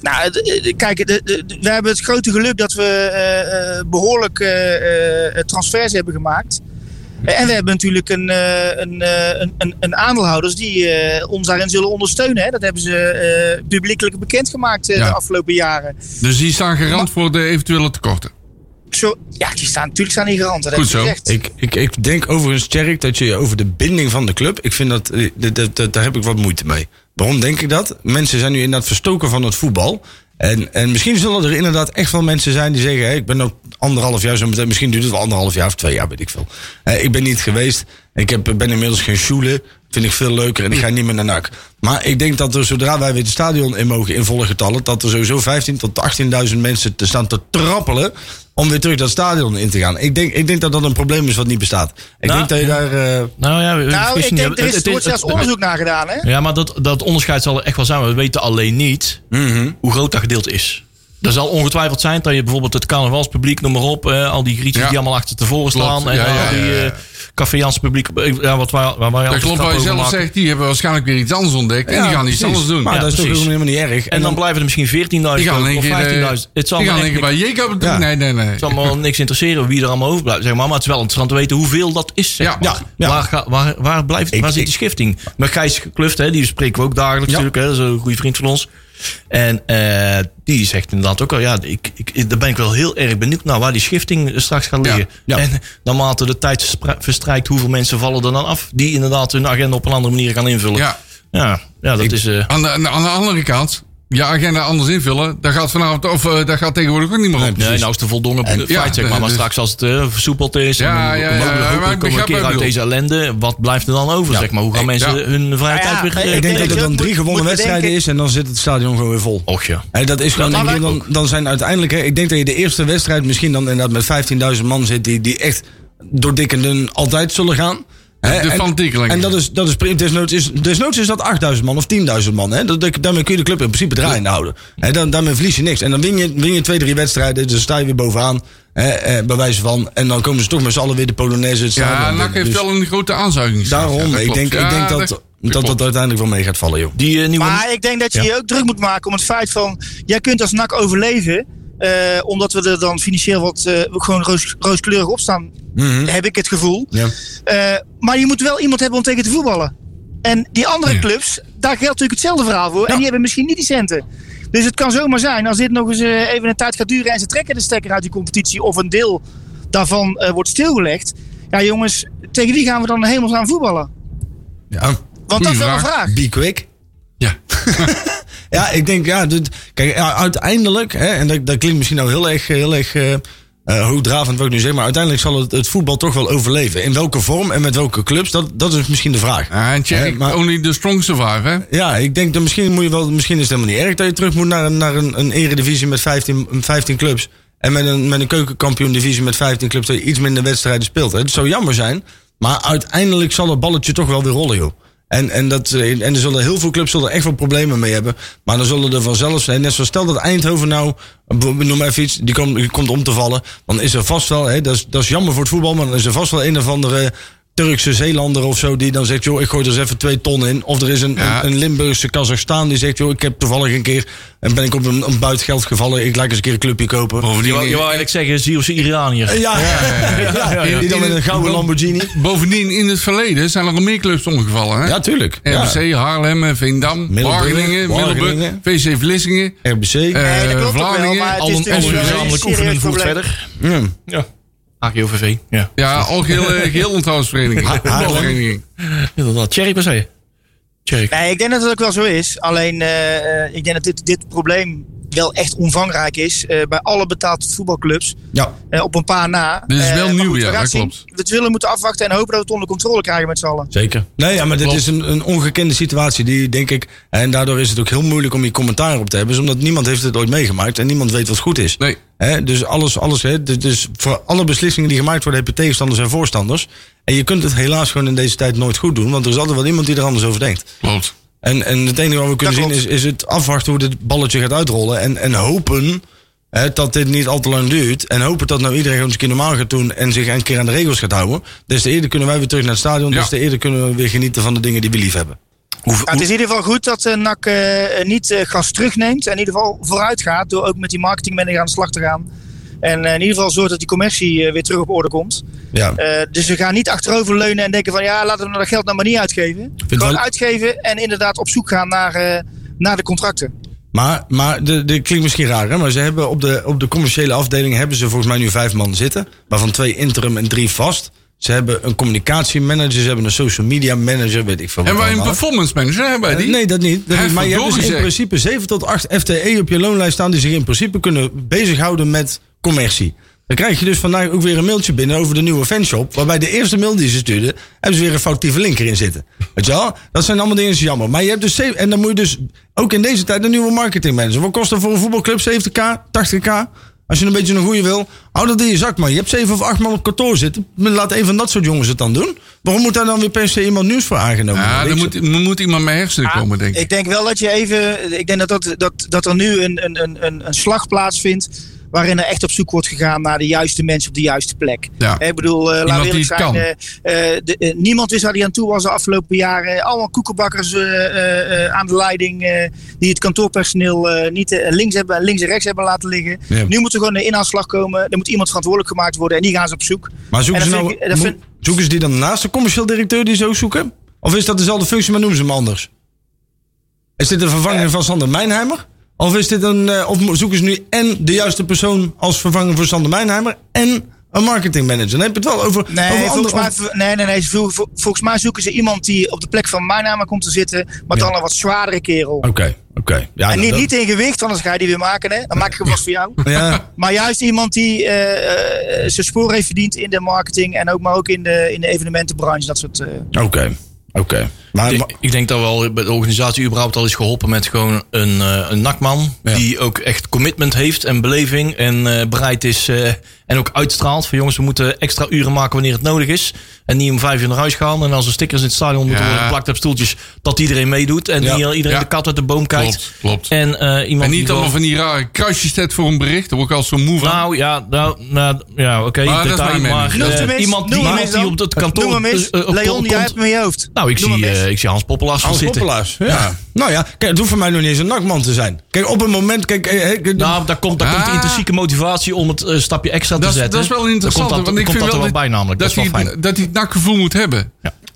E: Nou, d- d- kijk, d- d- d- we hebben het grote geluk dat we eh, eh, behoorlijk eh, eh, transfers hebben gemaakt. Eh, En we hebben natuurlijk een, eh, een, eh, een, een, een aandeelhouders die eh, ons daarin zullen ondersteunen. Hè. Dat hebben ze eh, publiekelijk bekendgemaakt eh,
B: Ja.
E: de afgelopen jaren.
B: Dus die staan garant voor de eventuele tekorten.
E: zo, ja, die staan natuurlijk staan die garant. Dat heb
B: Goed
E: je
B: zo.
E: gezegd.
D: Ik, ik, ik denk overigens, Tjerk, dat je over de binding van de club. Ik vind dat, eh, dat, dat, dat- daar heb ik wat moeite mee. Waarom denk ik dat? Mensen zijn nu inderdaad verstoken van het voetbal. En, en misschien zullen er inderdaad echt wel mensen zijn die zeggen: hey, Ik ben ook anderhalf jaar zo meteen. Misschien duurt het wel anderhalf jaar of twee jaar, weet ik veel. Eh, ik ben niet geweest. Ik heb, ben inmiddels geen schoelen. Vind ik veel leuker en ik ga niet meer naar NAC. Maar ik denk dat er zodra wij weer het stadion in mogen in volle getallen. dat er sowieso 15.000 tot 18.000 mensen te staan te trappelen. om weer terug dat stadion in te gaan. Ik denk, ik denk dat dat een probleem is wat niet bestaat. Ik
C: Nou,
D: denk dat je daar. eh,
C: Nou ja, we- we
E: Nou,
C: vergissen
E: ik denk,
C: niet.
E: er
C: Het-
E: is,
C: het-
E: er wordt
C: het-
E: zelfs onderzoek naar gedaan, hè?
C: Ja, maar dat, dat onderscheid zal er echt wel zijn. maar We weten alleen niet
B: Mhm.
C: hoe groot dat gedeelte is. Er zal ongetwijfeld zijn dat je bijvoorbeeld het carnavalspubliek, noem maar op, eh, al die grietjes
B: Ja.
C: die allemaal achter tevoren
B: Klopt,
C: staan. En
B: ja, ja,
C: al die
B: ja, ja.
C: eh Café Jans publiek, eh, ja, wat wij, waar wij altijd
B: Dat klopt
C: grappen
B: wat je
C: over
B: zelf
C: maken.
B: zegt. Die hebben waarschijnlijk weer iets anders ontdekt. en die gaan iets
D: precies.
B: anders doen.
D: Maar
C: Ja,
D: dat is
C: precies.
D: toch helemaal niet erg.
C: En dan blijven er misschien 14.000
B: die gaan in één
C: of
B: keer, eh,
C: 15.000. Het zal
B: die gaan
C: me
B: in één
C: echt
B: keer bij Jacob naartoe.
D: Ja.
B: Nee, nee, nee.
C: Het zal me wel niks interesseren wie er allemaal overblijft, zeg maar. Maar het is wel interessant te weten hoeveel dat is, zeg
B: Ja.
C: maar.
D: Ja, ja.
C: Waar, ga- waar, waar, blijft,
D: Ik-
C: waar zit
D: ik-
C: die schifting? Met Gijs Kluft, hè, die spreken we ook dagelijks
D: Ja.
C: natuurlijk. Hè, dat is een goede vriend van ons. En eh, die zegt inderdaad ook al, ja, ik, ik, daar ben ik wel heel erg benieuwd naar waar die schifting eh, straks gaat liggen.
D: Ja.
C: En naarmate de tijd verspra- verstrijkt, hoeveel mensen vallen er dan af die inderdaad hun agenda op een andere manier gaan invullen.
B: Ja.
C: ja, ja, dat is... eh,
B: Aan de, aan de- aan de andere kant, je agenda anders invullen, dat gaat vanavond of eh, dat gaat tegenwoordig ook niet meer op.
C: Nee, nou is de voldongen feit,
B: ja,
C: zeg maar. Maar
B: dus-
C: straks als het eh, versoepeld is...
B: Ja,
C: en
B: ja,
C: we
B: ja,
C: mogen
B: ja,
C: er ook-
B: maar ik
C: komen we een
B: begrijp
C: keer
B: wat
C: uit
B: je
C: deze ellende. Wat blijft er dan over, zeg maar? Hoe gaan mensen
B: ja.
C: hun vrije tijd weer...
E: ik
C: eh,
D: Ik denk dat het dan
E: moet-
D: drie
E: moet
D: gewonnen
E: je
D: wedstrijden
E: denken-
D: is en dan zit het stadion gewoon weer vol.
C: Och ja.
D: Hey, dat is gewoon,
E: Dat
D: ik
E: lijkt
D: bedoel, dan, dan zijn uiteindelijk, hè, ik denk dat je de eerste wedstrijd misschien dan inderdaad met 15.000 man zit die, die echt door dik en dun altijd zullen gaan. Hè,
B: de
D: en-
B: fantiekeling.
D: En dat is, dat is, pri- desnoods, is, desnoods is dat 8.000 man of 10.000 man. Hè? Dat, dat- daarmee kun je de club in principe draaiende houden. Hè, dan, daarmee verlies je niks. En dan win je, win je twee, drie wedstrijden, dus dan sta je weer bovenaan. Hè, eh, bij wijze van. En dan komen ze toch met z'n allen weer de Polonaise het
B: Ja,
D: stadion
B: NAC
D: binnen.
B: heeft
D: Dus
B: wel een grote aanzuiging.
D: Daarom,
B: Ja, dat
D: ik
B: klopt.
D: denk,
B: Ja,
D: ik denk dat dat, dat,
B: klopt.
D: uiteindelijk wel mee gaat vallen, joh.
C: Die eh, nieuwe...
E: Maar ik denk dat je
C: Ja.
E: je ook druk moet maken om het feit van... Jij kunt als NAC overleven... eh, omdat we er dan financieel wat eh, gewoon roos, rooskleurig op staan, heb ik het gevoel.
D: Ja.
E: Eh, maar je moet wel iemand hebben om tegen te voetballen. En die andere
B: Ja.
E: clubs, daar geldt natuurlijk hetzelfde verhaal voor. En die hebben misschien niet die centen. Dus het kan zomaar zijn, als dit nog eens eh, even een tijd gaat duren... en ze trekken de stekker uit die competitie... of een deel daarvan eh, wordt stilgelegd. Ja jongens, tegen wie gaan we dan helemaal aan voetballen?
D: Ja. Ah,
E: Want dat is wel een
B: vraag.
E: vraag.
D: Be quick.
B: Ja.
D: Ja, ik denk, ja, dit, kijk, ja, uiteindelijk, hè, en dat, dat klinkt misschien nou heel erg, heel erg eh, eh, hoogdravend wat ik nu zeg, maar uiteindelijk zal het, het voetbal toch wel overleven. In welke vorm en met welke clubs, dat, dat is misschien de vraag.
B: Ja, Ah, en check,
D: Hè, maar-
B: only the strong survive, hè?
D: Ja, ik denk dat misschien, moet je wel, misschien is het helemaal niet erg dat je terug moet naar, een- naar een, een eredivisie met 15, 15 clubs. En met een, met een keukenkampioen-divisie met 15 clubs dat je iets minder wedstrijden speelt. Het zou jammer zijn, maar uiteindelijk zal het balletje toch wel weer rollen, joh. En, en, dat, eh, en er zullen heel veel clubs zullen echt wel problemen mee hebben. Maar dan zullen er vanzelf zijn. Net zoals stel dat Eindhoven nou, eh, noem maar even iets, die, komt die komt om te vallen. Dan is er vast wel, hè, dat, is, dat is jammer voor het voetbal, maar dan is er vast wel een of andere Turkse Zeelander of zo die dan zegt, joh, ik gooi er eens even twee ton in. Of er is een,
B: Ja.
D: een, een Limburgse Kazachstaan die zegt, joh, ik heb toevallig een keer, en ben ik op een, een buitgeld gevallen, ik laat eens een keer een clubje kopen.
C: Je
B: Bovendien,
C: wou, je wou eigenlijk zeggen, Syrische Iranier.
D: Ja,
C: ja, ja.
D: die dan met een gouden Lamborghini.
B: bovendien, in het verleden zijn er al meer clubs omgevallen, hè?
D: Ja, tuurlijk. Ja.
B: RBC, Haarlem, Veendam,
D: Middelburg,
B: Wageningen, Middelburg,
D: Wageningen.
B: VC Vlissingen,
D: RBC.
B: eh,
E: Nee, dat klopt ook wel,
B: Vlaardingen,
E: maar het
C: Al
E: is
C: een al dus een
E: natuurlijk wel een
C: gezamenlijk
E: serieus
C: oefenen voert
E: probleem.
C: verder.
D: ja.
C: Ja. AGOVV. Ja.
B: ja, algeheel eh, geheel onthoudvereniging. Voetbalvereniging.
C: Inderdaad. Tjerk, wat zei je? Tjerk.
E: Nee, ik denk dat het ook wel zo is. Alleen, eh, eh, ik denk dat dit, dit probleem wel echt omvangrijk is. eh, bij alle betaald voetbalclubs.
D: ja.
E: eh, op een paar na.
B: Dit is
E: Eh,
B: wel
E: maar
B: nieuw,
E: goed, we
B: ja,
E: gaan
B: dat
E: zien.
B: klopt.
E: We zullen moeten afwachten en hopen dat we het onder controle krijgen met z'n allen.
C: Zeker.
D: Nee, ja, maar dit
B: Klopt.
D: is een, een ongekende situatie die denk ik. En daardoor is het ook heel moeilijk om hier commentaar op te hebben. is Omdat niemand heeft het ooit meegemaakt en niemand weet wat goed is.
B: Nee.
D: Hè, dus alles, alles hè, dus- dus voor alle beslissingen die gemaakt worden, heb je tegenstanders en voorstanders. En je kunt het helaas gewoon in deze tijd nooit goed doen, want er is altijd wel iemand die er anders over denkt.
B: Klopt.
D: En, en het enige wat we kunnen
E: Dat
D: zien is,
E: klopt.
D: is het afwachten hoe dit balletje gaat uitrollen. En, en hopen hè, dat dit niet al te lang duurt. En hopen dat nou iedereen gewoon eens een keer normaal gaat doen. En zich een keer aan de regels gaat houden. Des te eerder kunnen wij weer terug naar het stadion.
B: Ja.
D: Des te eerder kunnen we weer genieten van de dingen die we lief hebben.
E: Ja, Nou, het is in ieder geval goed dat eh, NAC eh, niet eh, gas terugneemt. En in ieder geval vooruit gaat. Door ook met die marketingmanager aan de slag te gaan. En eh, in ieder geval zorgt dat die commercie eh, weer terug op orde komt.
D: Ja.
E: Eh, dus we gaan niet achterover leunen en denken van ja, laten we nou dat geld nou maar niet uitgeven. Gewoon
D: wel-
E: uitgeven en inderdaad op zoek gaan naar, eh, naar de contracten.
D: Maar, maar de, de klinkt misschien raar, hè? maar ze hebben op de, op de commerciële afdeling hebben ze volgens mij nu vijf man zitten. Waarvan twee interim en drie vast. Ze hebben een communicatiemanager, ze hebben een social media manager, weet ik veel. wat
B: Hebben wij een
D: allemaal.
B: performance manager? Hebben wij die?
D: Eh, Nee, dat niet. Dat
B: Hij
D: niet. Maar je hebt dus
B: verdorie
D: in
B: zeg.
D: principe 7 tot 8 FTE E op je loonlijst staan die zich in principe kunnen bezighouden met commercie. Dan krijg je dus vandaag ook weer een mailtje binnen over de nieuwe fanshop. Waarbij de eerste mail die ze stuurden, hebben ze weer een foutieve linker in zitten. Weet je wel? Dat zijn allemaal dingen die zijn jammer. Maar je hebt dus zeven- en dan moet je dus ook in deze tijd een nieuwe marketingmanager. Wat kost dat voor een voetbalclub? 70k, 80k? Als je een beetje een goede wil, hou dat in je zak, man. Je hebt zeven of acht man op kantoor zitten. Laat een van dat soort jongens het dan doen. Waarom moet daar dan weer per se iemand nieuws voor aangenomen
B: Ja,
D: worden?
B: er
D: Ik-
B: moet, er moet iemand met hersenen komen, denk ik.
E: Ik denk wel dat je even. Ik denk dat, dat, dat, dat er nu een, een, een- een, een slag plaatsvindt. waarin er echt op zoek wordt gegaan naar de juiste mensen op de juiste plek.
B: Ja.
E: Ik bedoel, eh laat
B: die
E: eerlijk
B: het
E: zijn.
B: kan.
E: eh, eh, de- eh, niemand wist waar die aan toe was de afgelopen jaren. Allemaal koekenbakkers eh, eh, eh, aan de leiding. eh, die het kantoorpersoneel eh, niet eh, links, hebben, links en rechts hebben laten liggen.
D: Ja.
E: Nu moet er gewoon een inhaalslag komen. Er moet iemand verantwoordelijk gemaakt worden. En die gaan ze op zoek.
D: Maar zoeken
E: En
D: ze,
E: dat
D: nou,
E: vind ik- dat
D: mo-
E: vind-
D: zoeken ze die dan naast de commercieel directeur die ze ook zoeken? Of is dat dezelfde functie, maar noemen ze hem anders? Is dit een
E: Eh.
D: vervanger van Sander Mijnheimer? Of, is dit een, eh, of mo- zoeken ze nu en de juiste persoon als vervanger voor Sander Mijnheimer... en een marketingmanager? Dan heb je het wel over, over
E: Nee, volgens
D: andere-
E: mij, nee, nee, nee. ze vo- vo- Volgens mij zoeken ze iemand die op de plek van mijn naam komt te zitten. Maar dan een wat zwaardere kerel.
D: Oké, oké. Oh, Ja,
E: en
D: nou,
E: niet,
D: dat-
E: niet in gewicht, want anders ga je die weer maken. Hè? Dan maak ik hem vast voor jou.
D: Ja,
E: Maar juist iemand die eh, eh, zijn spoor heeft verdiend in de marketing. En ook maar ook in de, in de evenementenbranche. Dat soort. eh.
D: oké. Oké. Maar,
C: Ik,
D: maar-
C: denk- ik denk dat wel bij de organisatie überhaupt al is geholpen met gewoon een, eh, een nakman. Die ook echt commitment heeft en beleving. En eh, bereid is eh, en ook uitstraalt. Van jongens, we moeten extra uren maken wanneer het nodig is. En niet om vijf uur naar huis gaan. En als er stickers in het stadion moeten
B: Ja.
C: worden geplakt op stoeltjes. Dat iedereen meedoet. En
D: Ja.
C: niet iedereen
B: Ja.
C: de kat uit de boom kijkt.
B: Klopt, klopt. En,
C: En eh, iemand die
B: niet
C: gewoon-
B: allemaal van die rare kruisjes zet voor een bericht. Daar word ik al zo moe van.
C: Nou ja, nou, nou, ja oké.
B: Maar dat is
C: detail,
B: mijn mening.
C: maar,
E: Noem
C: eh,
E: hem eens,
C: iemand
E: noem
C: die,
E: hem
C: iemand
E: eens
C: die
E: dan.
C: op het kantoor...
E: Noem hem eens.
C: eh, eh, op-
E: Leon,
C: op-
E: jij hebt hem in je hoofd.
C: Nou, ik
E: Noem
C: zie,
E: hem eens.
C: eh, ik zie Hans Poppelaars van
D: Hans
C: zitten.
D: Poppelaars. Ja. Nou ja, kijk, het hoeft voor mij nog niet eens een nakman te zijn. Kijk, op een moment... Kijk, eh, eh, kijk,
C: Nou, daar komt, daar komt de
B: Ah.
C: intrinsieke motivatie om het eh, stapje extra te
B: dat, is,
C: zetten.
B: dat is wel interessant.
C: Daar komt dat,
B: want ik
C: komt
B: vind
C: dat
B: wel
C: er wel bij namelijk. Dat, is wel
B: hij,
C: fijn.
B: dat hij het nakgevoel moet hebben.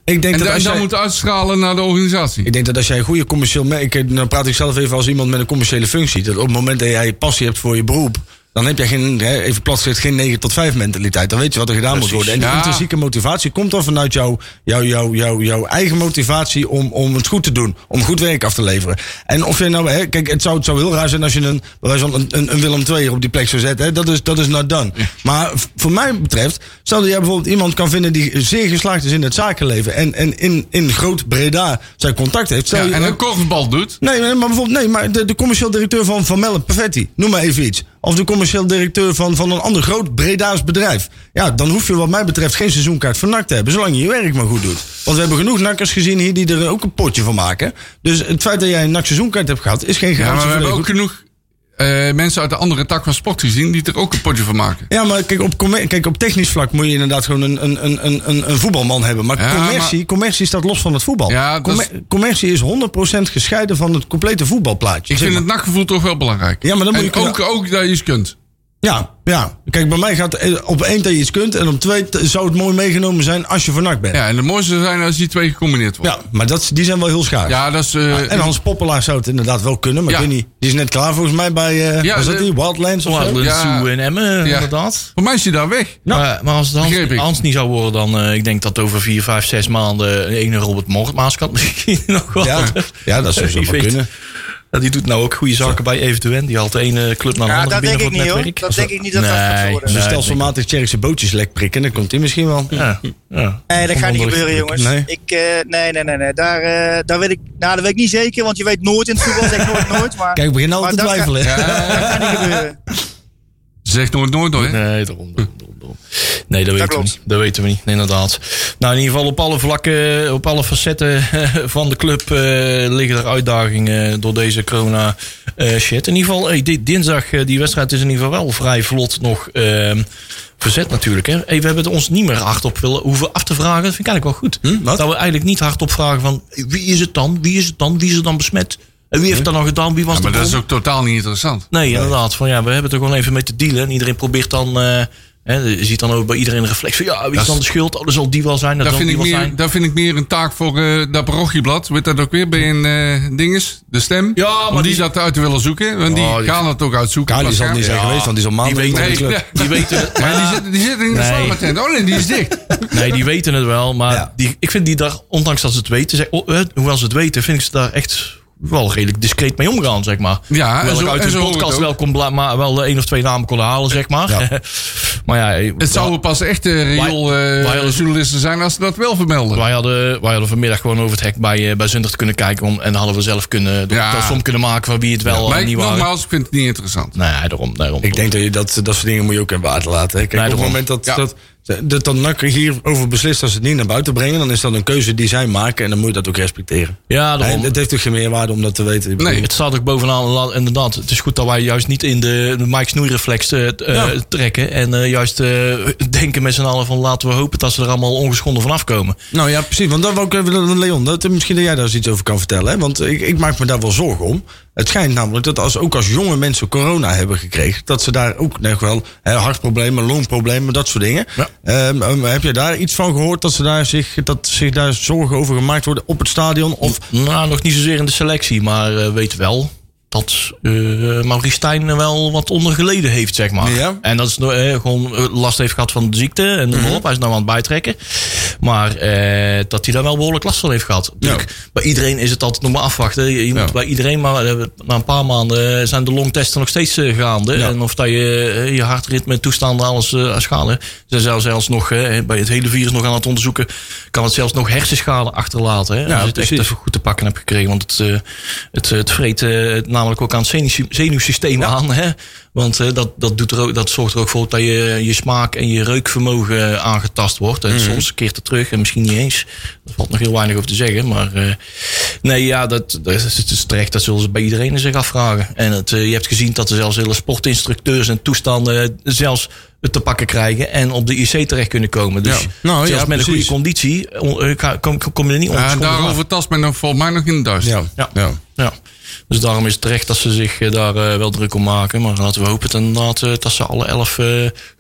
D: ik denk
B: En,
D: dat
B: da- en
D: als
B: dat
D: jij-
B: moet uitstralen naar de organisatie.
D: Ik denk dat als jij een goede commercieel... me- Ik, dan praat ik zelf even als iemand met een commerciële functie. Dat op het moment dat jij passie hebt voor je beroep... dan heb jij geen, hè, even plat gezegd, geen 9 tot 5 mentaliteit. Dan weet je wat er gedaan moet worden. En die
B: ja.
D: intrinsieke motivatie komt dan vanuit jouw jou, jou, jou, jouw eigen motivatie... Om, om het goed te doen, om goed werk af te leveren. En of je nou... Hè, kijk, het zou, het zou heel raar zijn als je een, bij wijze van een, een, een Willem II op die plek zou zetten. Hè. Dat, is, dat is not done. Maar v- voor mij betreft... stel dat jij bijvoorbeeld iemand kan vinden... die zeer geslaagd is in het zakenleven... en, en in, in groot Breda zijn contact heeft. Stel
B: Ja,
D: je-
B: en een korfbal doet.
D: Nee, maar bijvoorbeeld, nee, maar de, de commercieel directeur van Van Melle Perfetti, noem maar even iets. Of de commercieel directeur van, van een ander groot Breda's bedrijf. Ja, dan hoef je wat mij betreft geen seizoenkaart voor NAC te hebben, zolang je je werk maar goed doet. Want we hebben genoeg nakkers gezien hier die er ook een potje van maken. Dus het feit dat jij een NAC seizoenkaart hebt gehad, is geen
B: Ja,
D: garantie
B: maar we
D: voor dat
B: hebben
D: je
B: ook
D: goed-
B: genoeg eh, mensen uit de andere tak van sport gezien die er ook een potje van maken.
D: Ja, maar kijk op, commer- kijk, op technisch vlak moet je inderdaad gewoon een, een, een- een, een, een voetbalman hebben. Maar,
B: Ja,
D: commercie, commercie staat los van het voetbal.
B: Ja, dat is-
D: Commer- commercie is 100% gescheiden van het complete voetbalplaatje. zeg
B: Ik vind
D: maar.
B: het nakgevoel toch wel belangrijk.
D: Ja, maar dan moet je
B: en
D: kunnen-
B: ook, ook dat je eens kunt.
D: Ja, ja. Kijk, bij mij gaat eh, op één dat je iets kunt. En op twee t- zou het mooi meegenomen zijn als je vernak bent. Ja,
B: Ja, en het mooiste zou zijn als die twee gecombineerd worden.
D: maar dat, die zijn wel heel schaar.
B: Ja, dat is... eh,
D: En Hans Poppelaar zou het inderdaad wel kunnen. Maar
B: Ja.
D: ik weet niet. Die is net klaar volgens mij bij... eh
B: Ja,
D: was dat
B: de-
D: die? Wildlands of zo?
C: Wildlands
B: Ja.
C: Zoo en Emmen, eh,
B: Ja.
C: inderdaad.
B: voor mij is hij daar weg.
C: Maar, maar als het Hans,
B: Begreep ik.
C: Hans niet zou worden, dan eh, ik denk dat over vier, vijf, zes maanden een ene Robert Moortmaaskant misschien nog wel.
D: Ja, ja, dat zou zo
C: Wie
D: wel
C: weet.
D: kunnen.
C: Ja, die doet nou ook goede zaken bij Eventueel. Die haalt de ene club naar de
E: Ja,
C: andere
E: dat
C: binnen
E: denk
C: voor het
E: ik niet hoor.
C: netwerk.
E: Dat denk ik niet dat dat gaat
C: Nee.
E: worden.
D: Als we
C: Nee,
D: stelselmatig Tsjechische bootjes lek prikken, dan komt die misschien wel.
C: Ja, ja.
E: Nee, dat gaat niet
C: Onwonderlijk.
E: gebeuren, jongens.
D: Nee.
E: Ik, eh, nee, nee, nee, nee. Daar, eh, daar, weet ik, nou, dat weet ik niet zeker, want je weet nooit in het voetbal. Zeg nooit, nooit. Maar
D: Kijk, ik begin al
E: Maar
D: te
E: dat
D: twijfelen. hè.
E: dat gaat niet gebeuren.
B: Zegt nooit nooit hoor. hè?
C: Nee, daarom, daarom, daarom, daarom. Nee, dat, weten
E: klopt.
C: we niet. Dat weten we niet, nee, inderdaad. Nou, in ieder geval op alle vlakken, op alle facetten van de club eh, liggen er uitdagingen door deze corona eh, shit. In ieder geval, hey, dit dinsdag, eh, die wedstrijd is in ieder geval wel vrij vlot nog ehm, verzet natuurlijk. Hè. Hey, we hebben het ons niet meer hardop willen hoeven af te vragen. Dat vind ik eigenlijk wel goed.
B: Hm,
D: Wat?
C: Dat we eigenlijk niet hardop vragen van wie is het dan? Wie is het dan? Wie is er dan besmet? En wie heeft dat dan gedaan? Wie was
B: Hm. Ja,
C: de
B: maar dat
C: bron?
B: is ook totaal niet interessant.
C: Nee, inderdaad. Van, ja, we hebben er gewoon even mee te dealen. En iedereen probeert dan eh, Hè, je ziet dan ook bij iedereen een reflex van ja, wie
B: Dat
C: is
B: is-
C: dan de schuld? Oh, dat zal die wel zijn, dat,
B: Dat
C: zal
B: vind,
C: die
B: ik
C: wel zijn.
B: meer, dat vind ik meer een taak voor eh dat parochieblad. Weet dat ook weer bij een eh dinges? De stem?
C: Ja, maar
B: Om die,
C: die-
B: dat uit te willen zoeken. Want
C: Oh,
B: die
C: die-
B: gaan dat ook uitzoeken.
D: Kali zal niet
B: waarschijnlijk.
D: zijn geweest, want die is al maanden
C: Die
D: niet meer in de
B: Nee,
D: club.
B: ja.
C: Die weten het.
B: Maar die zit, die zit in de
C: Nee.
B: slaaptent. Oh nee, die is dicht.
C: Nee, die weten het wel. Maar
D: Ja.
C: die, ik vind die daar, ondanks dat ze het weten, zeg, oh, eh, hoewel ze het weten, vind ik ze daar echt wel redelijk discreet mee omgaan, zeg maar.
B: Ja, en
C: hoewel
B: zo-
C: ik uit
B: en
C: hun
B: zo hoort het
C: podcast
B: ook.
C: wel, kon bla- maar wel één of twee namen kon halen, zeg maar. maar ja, eh,
B: Het zouden pas echte
C: Wij- wij hadden-
B: riooljournalisten eh, zijn als ze dat wel vermelden.
C: wij, hadden, wij hadden vanmiddag gewoon over het hek bij, eh bij Zundert kunnen kijken. Om, en dan hadden we zelf kunnen, de
B: Ja.
C: som kunnen maken van wie het wel
B: Maar
C: en
B: ik-
C: niet waren.
B: nogmaals, ik vind het niet interessant.
C: Nee, Nou daarom. daarom.
D: Ik denk dat je dat, dat soort dingen moet je ook in water laten. hè. Kijk, op het
C: daarom.
D: moment dat,
B: Ja.
D: dat, dat dan NAC hierover beslist dat ze het niet naar buiten brengen, dan is dat een keuze die zij maken en dan moet je dat ook respecteren.
C: ja, daarom.
D: En het heeft toch geen meerwaarde om dat te weten. Ik bedoel,
B: Nee.
C: Het staat ook bovenaan, la- inderdaad. Het is goed dat wij juist niet in de Mike Snoei-reflex eh, t- eh, trekken. En eh, juist eh, denken met z'n allen van laten we hopen dat ze er allemaal ongeschonden vanaf komen.
D: Nou ja, precies. Want dan wou ik even, Leon, dat, misschien dat jij daar eens iets over kan vertellen. Hè? Want ik, ik maak me daar wel zorgen om. Het schijnt namelijk dat als, ook als jonge mensen corona hebben gekregen... dat ze daar ook nog wel hè, hartproblemen, longproblemen, dat soort dingen.
C: Ja.
D: Ehm, ehm, heb je daar iets van gehoord dat, ze daar zich, dat zich daar zorgen over gemaakt worden op het stadion? Of
C: Nou, nog niet zozeer in de selectie, maar eh, weet wel dat eh Maurice Stijn er wel wat onder geleden heeft, zeg maar.
D: Ja. Mhm.
C: En dat is nou, eh, gewoon eh, last heeft gehad van de ziekte en noem maar op. Hij is nou aan het bijtrekken. Maar eh, dat hij daar wel behoorlijk last van heeft gehad. Natuurlijk, Bij iedereen is het altijd nog maar afwachten. Je je moet
B: Ja.
C: bij iedereen, maar eh, na een paar maanden eh, zijn de longtesten nog steeds eh, gaande. En of dat je eh, je hartritme, toestanden, alles eh, aan schade. Ze zijn zelfs- zelfs nog eh, bij het hele virus nog aan het onderzoeken. Kan het zelfs nog hersenschade achterlaten. Hè? Als je het echt
D: precies.
C: even goed te pakken hebt gekregen. Want het, eh, het, eh, het vreet eh, het namelijk ook aan het zenuw- zenuwsysteem aan. Hè? Want eh, dat, dat, doet er ook, dat zorgt er ook voor dat je, je smaak en je reukvermogen eh, aangetast wordt.
D: Mhm.
C: En soms keert het terug en misschien niet eens. Daar valt nog heel weinig over te zeggen. Maar eh, nee, ja, dat, dat is, het is terecht. Dat zullen ze bij iedereen zich afvragen. En het, eh, je hebt gezien dat er zelfs hele sportinstructeurs en toestanden eh, zelfs het te pakken krijgen. En op de IC terecht kunnen komen. Dus
B: Ja.
D: Nou,
C: zelfs
D: ja,
C: met een goede
D: precies.
C: conditie eh, on- eh, ka- kom, kom je er niet
B: Ja,
C: ongeschonden vanaf.
B: daarover tast men dan volgens mij nog in het duister.
D: Ja.
C: Ja.
D: Ja.
C: Ja. Dus daarom is het terecht dat ze zich eh, daar eh, wel druk om maken. Maar laten we hopen dat, inderdaad, eh, dat ze alle elf eh,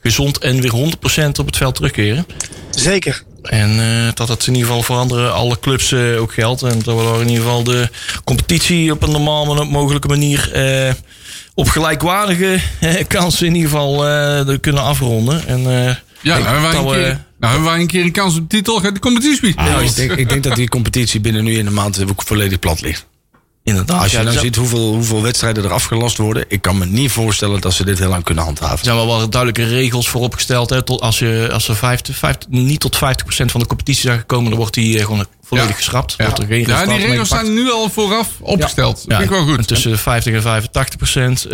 C: gezond en weer 100% op het veld terugkeren.
E: Zeker.
C: En eh, dat het in ieder geval voor andere, alle clubs eh, ook geldt. En dat we daar in ieder geval de competitie op een normaal mogelijke manier... eh, op gelijkwaardige eh, kansen in ieder geval eh, kunnen afronden. En, eh,
B: Ja, nou
C: ik
B: hebben, wij
C: denk
B: een
C: dat we-
B: keer, nou hebben wij een keer een kans op de titel. Gaat de competitie
C: Ah,
D: Nou, ik, denk, ik denk dat die competitie binnen nu in een maand ook volledig plat ligt.
C: Inderdaad.
D: Als je
C: ja,
D: nou
C: dus-
D: ziet hoeveel, hoeveel wedstrijden er afgelast worden... ik kan me niet voorstellen dat ze dit heel lang kunnen handhaven.
C: Er zijn wel wel duidelijke regels voor opgesteld. Hè? Tot als je, als er 50, 50 niet tot 50% van de competitie zijn gekomen, dan wordt die eh, gewoon volledig
B: Ja.
C: geschrapt.
B: Ja,
C: Wordt er geen
B: ja
C: resultaat
B: die
C: mee
B: regels
C: gepakt.
B: zijn nu al vooraf opgesteld.
C: Ja,
B: Dat vind ik wel
C: en
B: goed.
C: Tussen de 50 en 85 procent.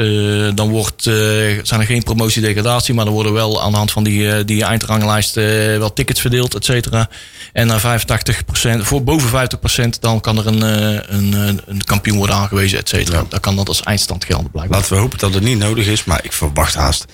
C: dan wordt, eh, zijn er geen promotie-degradatie. Maar er worden wel aan de hand van die, eh, die eindranglijst eh, wel tickets verdeeld, et cetera. En naar 85 voor boven 50 dan kan er een, eh, een, eh, een kampioen worden aangewezen, et cetera. Dan kan dat als eindstand gelden, blijkbaar.
D: Laten we hopen dat het niet nodig is, maar ik verwacht haast.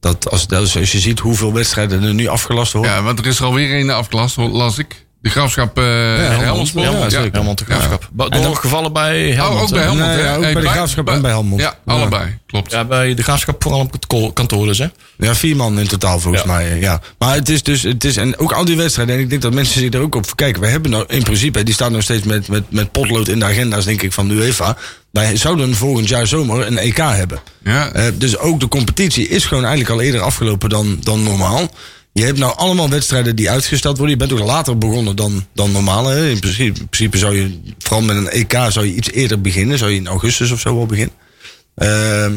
D: Dat als, dat is- als je ziet hoeveel wedstrijden er nu afgelast worden.
B: Ja, want er is er alweer een afgelast, las ik. De graafschap eh
D: Helmond.
B: Helmond.
D: Ja,
C: Helmond,
B: Ja.
C: ja. Helmond de Graafschap. Ba-
D: dan-
C: Nog gevallen bij
B: Oh,
C: Helmond. eh,
B: ook bij
C: hè?
B: Helmond,
D: Nee,
B: hè?
D: ja, ook
B: Hey,
D: bij de Graafschap en bij Helmond.
B: Ja,
D: Ja.
B: allebei. Klopt.
C: Ja, bij de Graafschap vooral op het ko- kantoor dus, hè?
D: Ja, vier man in totaal volgens
C: Ja.
D: mij. eh, Ja. Maar het is dus, het is, en ook al die wedstrijden, en ik denk dat mensen zich er ook op verkijken. We hebben nou, in principe, die staan nog steeds met, met, met potlood in de agenda's, denk ik, van de UEFA. Wij zouden volgend jaar zomer een EK hebben.
B: Ja.
D: Eh, dus ook de competitie is gewoon eigenlijk al eerder afgelopen dan, dan normaal. Je hebt nou allemaal wedstrijden die uitgesteld worden. Je bent ook later begonnen dan, dan normaal. Hè? In, principe, in principe zou je, vooral met een EK, zou je iets eerder beginnen. Zou je in augustus of zo wel beginnen. Ehm,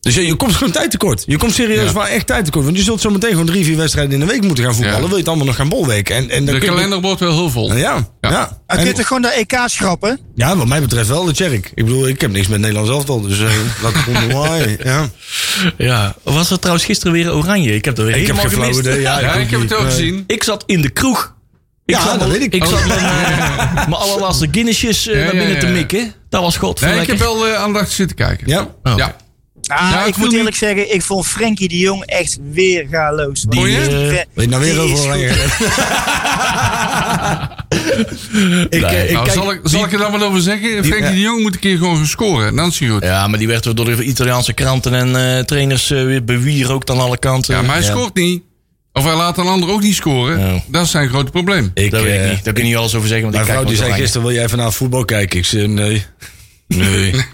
D: dus je, je komt gewoon tijd tekort. Je komt serieus
B: Ja.
D: waar echt tijd tekort. Want je zult zo meteen gewoon drie, vier wedstrijden in de week moeten gaan voetballen.
B: Ja.
D: Wil je het allemaal nog gaan bolwerken? En, en dan
B: De
D: kun je-
B: kalender wordt wel heel vol.
D: Ja, ja. ja.
B: Ja.
E: Maar kun je
D: En-
E: toch gewoon de EK schrappen?
D: ja, wat mij betreft wel de Tjerk. Ik bedoel, ik heb niks met Nederland zelf al. Dus eh, laat het gewoon doen. Ja.
C: Ja. Was het trouwens gisteren weer oranje? Ik heb er weer
D: Ik heb
C: helemaal
D: geen flauw
C: gemist.
D: idee. Ja,
B: Ja, ik heb het wel
D: ook
B: gezien.
C: Ik zat in de kroeg.
D: Ja,
C: zat
D: dat
C: mijn-
D: weet ik.
C: Ik zat mijn, eh, mijn allerlaatste Guinnessjes eh,
B: Oh. Ja,
C: naar
B: ja,
C: binnen te
B: ja.
C: mikken. Dat was god.
B: Nee, ik heb wel eh aandachtig zitten kijken.
D: Ja.
C: Oh.
B: Ja.
E: Ah,
B: Ja, ik
E: ik
B: voel
E: moet
B: niet-
E: eerlijk zeggen, ik vond Frenkie de Jong echt weergaloos. Want
B: Vond je?
E: die is-
D: Weet je nou weer
E: die is
D: over Oranje?
E: goed.
D: ik, eh, ik
B: nou,
D: kijk-
B: zal, ik, zal ik er dan wat over zeggen? Frenkie de Jong moet een keer gewoon gaan scoren. Dan is hij goed. Ja,
C: Ja, maar die werd door de Italiaanse kranten en eh, trainers eh, weer bewierookt aan alle kanten.
B: maar hij scoort niet. Of hij laat een ander ook niet scoren.
C: Ja.
B: Dat is zijn grote probleem.
D: ik,
C: dat weet
D: eh,
C: ik niet. Daar kun je niet alles over zeggen. Want
D: Mijn
C: ik
D: vrouw die
C: kijk nooit
D: zei
C: Oranje.
D: gisteren, wil jij vanavond voetbal kijken? Ik zei, nee. Nee.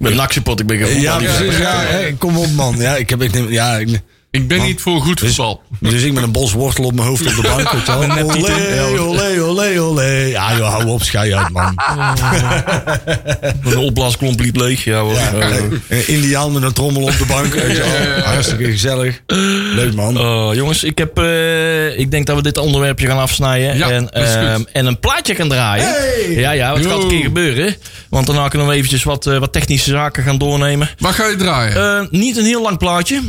C: Ik ben naksepot, ik ben geen
D: Ja,
C: voetballer.
D: precies. Ja, hè, kom op man. Ja, ik heb, ik neem, ja, ik-
B: Ik ben niet voor goed voetbal.
D: dus ik met een bos wortel op mijn hoofd op de bank. weet je wel. Olé, olé, olé, olé. Ja joh, hou op, schei uit man.
C: Een opblaasklomp liep leeg. Ja, hoor. Eh,
D: Een Indiaan met een trommel op de bank. weet je wel. Hartstikke gezellig. Leuk man.
C: Oh, jongens, ik, heb, eh, ik denk dat we dit onderwerpje gaan afsnijden.
B: Ja,
C: en,
B: dat is goed.
C: ehm, en een plaatje gaan draaien. Ja, ja, wat
B: Yo.
C: gaat een keer gebeuren. Want daarna kunnen we eventjes wat, eh, wat technische zaken gaan doornemen.
B: Wat ga je draaien?
C: Eh, niet een heel lang plaatje.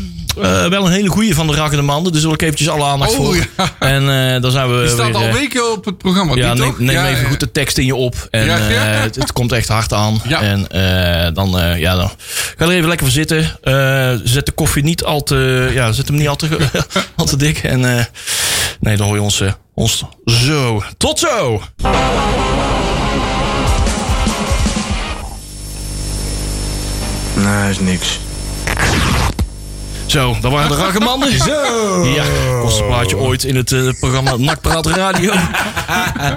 C: Eh, wel een hele goeie van de Rakkende Manden. Dus daar wil ik eventjes alle aandacht
B: Oh,
C: voor.
B: ja.
C: En eh, dan zijn we
B: die staat
C: weer,
B: al
C: eh,
B: weken op het programma.
C: ja,
B: niet
C: neem,
B: toch?
C: neem
B: Ja,
C: even
B: ja.
C: goed de tekst in je op. En
B: Ja, ja.
C: eh, het, het komt echt hard aan.
B: Ja.
C: En eh, dan, eh, ja, dan ga er even lekker voor zitten. Eh, zet de koffie niet al te... Ja, zet hem niet al te, al te dik. En eh, nee, dan hoor je ons, eh, ons zo. Tot zo!
F: Nee, is niks.
C: Zo, dat waren de ragemanden. Zo! Ja, koste plaatje ooit in het eh, programma Nakpraat Radio.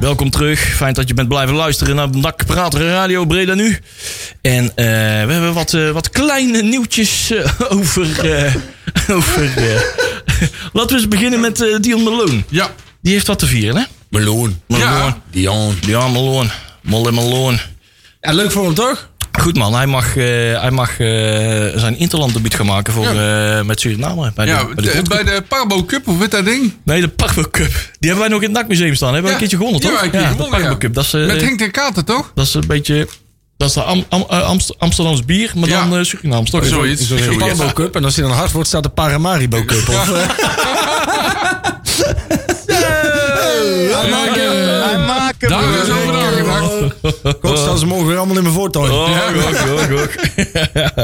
C: Welkom terug. Fijn dat je bent blijven luisteren naar Nakpraat Radio Breda nu. En eh, we hebben wat, eh, wat kleine nieuwtjes eh, over... eh, over eh, Laten we eens beginnen met eh, Dion Malone.
B: Ja.
C: Die heeft wat te vieren, hè?
D: Meloen.
B: Ja.
D: Dion.
C: Dion Malone. Molle Malone.
D: Ja, leuk voor hem toch?
C: Goed man, hij mag, eh, hij mag eh, zijn interlanddebuut gaan maken voor, eh, met Suriname. Bij de,
B: Ja,
C: bij de
B: de-
C: Gold
B: bij de Parbo Cup, of weet dat ding?
C: Nee, de Parvo Cup. Die hebben wij nog in het NAC-museum staan. Hebben we
B: Ja.
C: een keertje gewonnen, toch?
B: Ja, een keer
C: de
B: gewonnen,
C: Parvo
B: ja.
C: Cup. Dat is, eh,
B: Met Henk ten Katen, toch?
C: dat is een beetje... Dat is de Am- Am- eh, Amst- Amsterdams bier, maar
B: Ja.
C: dan eh Surinaams, toch?
B: Zoiets.
C: Zo-
D: De
B: Zoiets.
D: Parbo Cup. En als hij dan hard wordt, staat de Paramaribo Cup. Of, eh,
B: Ja, maar, eh,
E: Wij maken
B: Daar
E: hem.
B: is over nagedacht.
D: God, staan ze morgen weer allemaal in mijn voortuin.
C: Oh, gok, gok, gok.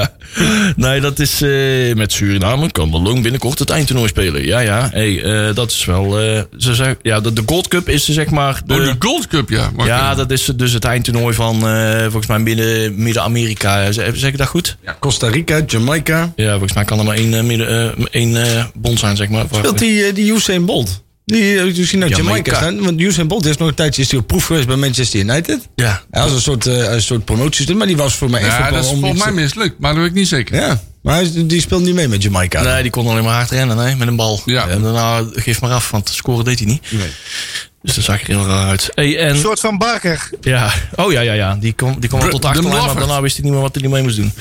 C: nee, dat is eh, met Suriname. Kan Malone binnenkort het eindtoernooi spelen. Ja, ja. Hey, eh, dat is wel... eh, ze zijn, ja, de, de Gold Cup is eh, zeg maar... De,
B: Oh, de Gold Cup, ja. Maar
C: ja,
B: oké.
C: dat is dus het eindtoernooi van eh, volgens mij midden- Midden-Amerika. zeg zeg ik dat goed?
D: Ja, Costa Rica, Jamaica.
C: Ja, volgens mij kan er maar één, eh, midden, eh, één eh, bond zijn, zeg maar.
D: Speelt die, eh, die Usain Bolt? Die eh, zien uit Jamaica
C: Jamaica.
D: gaan. Want Usain Bolt is nog een tijdje is die op proef geweest bij Manchester United.
C: Ja.
D: Hij was een soort, eh, een soort promotie, maar die was voor mij echt
B: Ja,
D: op-
B: dat is
D: om
B: volgens
D: iets
B: mij
D: te-
B: mislukt, maar dat weet ik niet zeker.
D: Ja, maar hij, is- die speelt niet mee met Jamaica.
C: Nee, die kon alleen maar hard rennen, hè, met een bal.
B: Ja.
C: En daarna geef maar af, want scoren deed hij niet. Dus dat zag er heel raar uit. Hey, en,
E: Een soort van Barker.
C: ja. Oh ja, ja, ja. Die kwam, die kwam wel
B: Br-
C: tot
B: de
C: achterlijn, maar
B: Blaffert.
C: daarna wist hij niet meer wat hij ermee moest doen.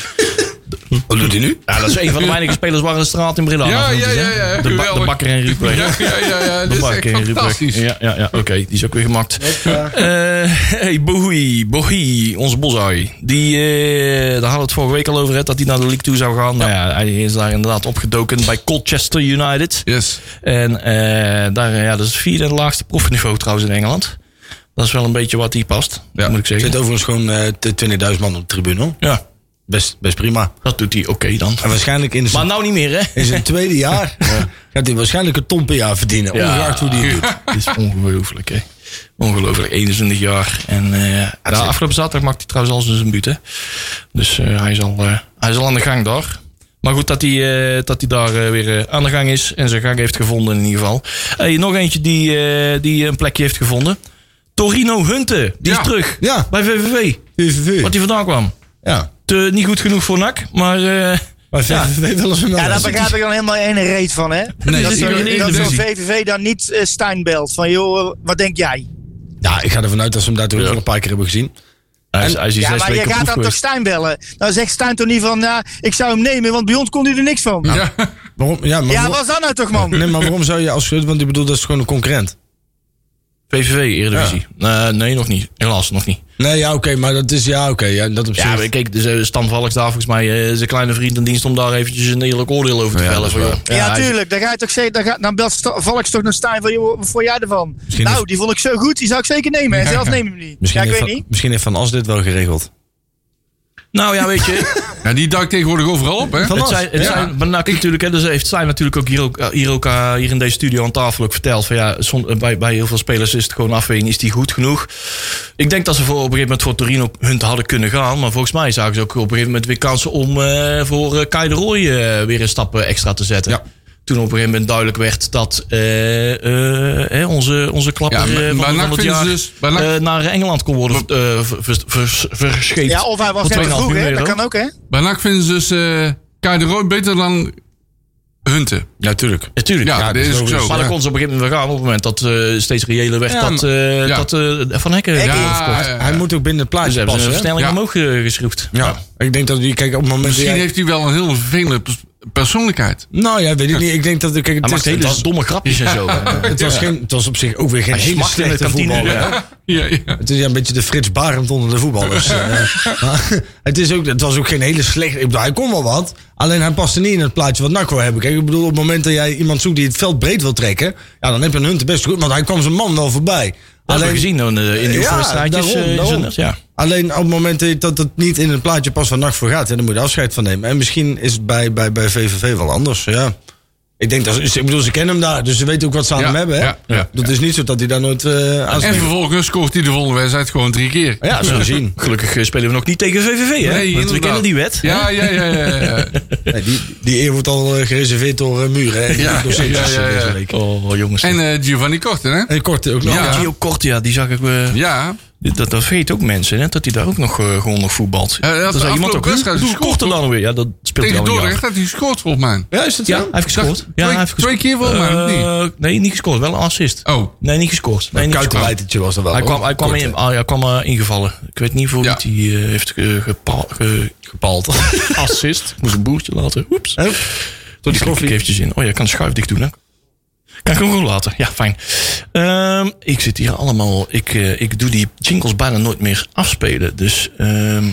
D: Wat doet hij nu?
C: Ja, dat is een van de weinige spelers waar de straat in Breda
B: Ja,
C: aan genoemd
B: ja,
C: is, hè.
B: ja, ja,
C: de, ba-
B: geweldig.
C: de bakker en Riepley.
B: Ja, ja, ja, ja,
C: De
B: dit is echt
C: bakker en Riepley.
B: fantastisch.
C: eh, Ja, ja, ja. Oké, die is ook weer gemaakt. Eh hey, Bohui, Bohui, onze bosai. Die, eh, daar hadden we het vorige week al over, hè, dat hij naar de league toe zou gaan. Nou ja, hij is daar inderdaad opgedoken bij Colchester United.
B: Yes.
C: En eh, daar, eh, ja, dat is het vierde en laagste profniveau trouwens in Engeland. Dat is wel een beetje wat die past,
B: Ja.
C: moet ik
D: Er
C: zeggen.
D: zit overigens gewoon eh, t- 20.000 man op de tribune. hoor.
C: Ja,
D: Best, best prima.
C: dat doet hij oké dan.
D: En waarschijnlijk in
C: Maar
D: zijn,
C: nou niet meer, hè?
D: in zijn tweede jaar gaat hij waarschijnlijk een ton per jaar verdienen.
C: Ja.
D: Ongeacht hoe die het doet.
C: Het is ongelooflijk, hè? Ongelooflijk, 21 jaar. En eh de afgelopen zaterdag maakte hij trouwens al zijn buurt, hè? Dus eh, hij, is al, eh, hij is al aan de gang daar. Maar goed dat hij, eh, dat hij daar eh, weer eh, aan de gang is en zijn gang heeft gevonden in ieder geval. Hey, nog eentje die, eh, die een plekje heeft gevonden. Torino Hunten, die
B: Ja.
C: is terug
D: Ja,
C: bij VVV.
D: VVV.
C: Wat hij vandaan kwam.
D: Ja.
C: Te, niet goed genoeg voor NAC, maar... eh,
D: Maar VVV wel eens een
E: Ja, daar
D: ander.
E: begrijp ik dan helemaal een reet van, hè? dat
B: zit
E: is
B: hier in de
E: dat zo'n
B: Eredivisie.
E: VVV dan niet eh, Stijn belt. Van, joh, wat denk jij?
D: Ja, ik ga ervan uit dat ze hem daar toch wel een paar keer hebben gezien.
C: hij is, hij is hier
E: Ja,
C: zes
E: maar je
C: weken op
E: gaat
C: proef
E: dan toch
C: geweest.
E: Stijn bellen? Dan zegt Stijn toch niet van, ja, ik zou hem nemen, want bij ons kon hij er niks van.
B: Ja.
D: Waarom? Ja, maar
E: Ja,
D: waarom-
E: wat is dat nou toch, man?
D: Nee, maar waarom zou je als want ik bedoel, dat is gewoon een concurrent.
C: VVV, Eredivisie. Eh, nee, nog niet. Helaas, nog niet.
D: Nee, ja, oké, maar dat is ja, oké, ja, dat op zich.
C: Ja, maar kijk, dus, eh, Stan Valks daar volgens mij eh, zijn kleine vriend in dienst om daar eventjes een eerlijk oordeel over te vellen. van, joh.
E: Ja,
C: hij-
E: tuurlijk. Dan, ga je toch zeggen, dan, ga, dan belt Sta- Valks toch naar Stijn van, joh, wat vond jij ervan? nou, die vond ik zo goed, die zou ik zeker nemen. En zelf neem ik hem niet.
D: misschien,
E: ja, ik
D: heeft
E: weet
D: van,
E: niet.
D: misschien heeft Van As dit wel geregeld.
C: Nou ja, weet je.
B: Ja, die duikt tegenwoordig overal op, hè?
D: Van
C: Het
D: alles.
C: zijn, het
B: Ja.
C: zijn, maar nou, natuurlijk, hè, dus heeft zij natuurlijk ook hier, ook, eh, hier, ook eh, hier in deze studio aan tafel ook verteld. Van, ja, zon- eh, bij, bij heel veel spelers is het gewoon afweging, is die goed genoeg? Ik denk dat ze voor, op een gegeven moment voor Torino hun hadden kunnen gaan. Maar volgens mij zagen ze ook op een gegeven moment weer kansen om eh, voor eh, Kai de Roy eh, weer een stap eh, extra te zetten.
B: Ja.
C: Toen op een gegeven moment duidelijk werd dat eh, eh, hè, onze, onze klapper
B: Ja, maar-
C: eh,
B: bij
C: van,
B: NAC
C: van het
B: vinden ze
C: jaar
B: dus- bij NAC-
C: eh, naar Engeland kon worden eh, ver- ver- vers- verscheept.
E: Ja, of hij was
C: Voor
E: net te
C: 2,5
E: vroeg, hè?
C: miljoen
E: Dat
C: euro.
E: kan ook, hè?
B: Bij NAC vinden ze dus eh Kai de Roy beter dan Hunten.
D: Ja, tuurlijk.
C: Natuurlijk.
B: Ja,
D: Ja,
B: dat
D: dat
B: is
D: is
B: ook zo.
D: logisch.
C: Eh, Maar dan kon ze op een gegeven moment gaan op het moment dat eh, steeds reëler werd
D: Ja,
C: dat, eh,
B: ja.
C: dat eh, Van Hekken
B: Ja,
C: ja,
B: ja, ja.
D: Hij moet ook binnen het
C: Dus
D: plaatje
C: hebben ze
D: passen. hè?
C: een versnelling
B: Ja.
C: omhoog eh, geschroefd.
D: Ja, ik denk dat, kijk, op het moment dat
B: Misschien
D: jij-
B: heeft hij wel een heel vervelende pers- persoonlijkheid.
D: Nou ja, weet ik niet. Ik denk dat, kijk,
C: Hij
D: het,
C: maakt
D: is, het,
C: hele
D: was,
C: domme grapjes en zo.
D: het, was geen, het was op zich ook weer geen
C: Hij
D: hele
C: smacht in de
D: slechte
C: kantine,
D: voetballer.
C: ja.
D: hè?
B: Ja, ja.
D: Het is ja een beetje de Frits Barend onder de voetballers. eh. Maar het, is ook, het was ook geen hele slechte... Ik bedoel, hij kon wel wat. Alleen hij paste niet in het plaatje wat Nakko hebben. Kijk, ik bedoel, op het moment dat jij iemand zoekt die het veld breed wil trekken... Ja, dan heb je een Hunter best goed. Want hij kwam zijn man wel voorbij.
C: Alleen gezien dan, eh, in de
D: Ja,
C: oefenwedstrijdjes.
D: daarom,
C: eh,
D: daarom.
C: zondags, ja.
D: Alleen op het moment dat het niet in het plaatje pas van nacht voor gaat, hè, dan moet je afscheid van nemen. En misschien is het bij, bij, bij VVV wel anders. Ja. Ik denk dat ze- ze, ik bedoel, ze kennen hem daar, dus ze weten ook wat ze aan
B: Ja,
D: hem hebben. Hè?
B: ja, ja.
D: dat is niet zo dat hij daar nooit eh aan
B: En
D: zit.
B: vervolgens scoort hij de volgende wedstrijd gewoon drie keer.
D: Ja, zullen we zien.
C: Gelukkig eh, spelen we nog niet tegen VVV, hè?
B: Nee,
C: Want we
B: inderdaad.
C: kennen die wet. hè?
B: Ja, ja, ja, ja. ja, ja.
D: Nee, die, die eer wordt al eh, gereserveerd door eh, muren. Hè?
B: Ja,
D: Door Sintjes,
B: ja, ja,
D: eh,
B: ja.
D: deze week.
C: Oh, jongens.
B: En eh, Giovanni Korten, hè?
D: En kort ook nog.
B: Ja.
C: ja. Gio Cortia, die zag ik... eh,
B: Ja.
C: dat, dat vergeten ook mensen, hè? Dat hij daar ook nog eh, gewoon nog voetbalt.
B: hij had
C: dat
B: de afgelopen wedstrijd
C: Doe
B: gescoord,
C: Korter dan weer. Ja, dat speelt hij
B: Tegen
C: al een jaar.
B: Dordrecht had hij gescoord, volgens mij.
D: Ja, is dat
C: Ja, hij
D: zo?
C: heeft gescoord.
B: Dacht-
C: ja,
B: twee-
C: hij heeft
B: twee keer volgens mij, of
C: Eh, nee, niet gescoord. Wel een assist.
B: Oh.
C: Nee, niet gescoord. Nee, niet gescoord.
D: Kuitenleitertje was dat wel.
C: Hij kwam,
D: hoor.
C: hij, kwam
D: Kort,
C: in, ah, hij kwam eh, ingevallen. Ik weet niet voor
B: Ja.
C: wie hij eh, heeft ge, gepa- ge-
D: Gepald.
C: assist. Ik moest een boertje laten. Oeps.
D: Hup.
C: Door die
D: koffie.
C: koffie. eventjes in. Oh ja, ik kan de schuif dicht doen. Hè. Kan ik hem gewoon laten. Ja, fijn. Ehm, ik zit hier allemaal... Ik, eh, ik doe die jingles bijna nooit meer afspelen. Dus ehm,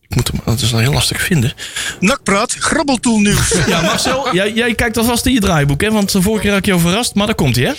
C: ik moet hem... Dat is dan heel lastig vinden.
E: Nakpraat, grabbeltoel nieuws.
C: Ja, Marcel, jij, jij kijkt alvast in je draaiboek, hè? Want de vorige keer had ik jou verrast, maar daar komt hij, hè?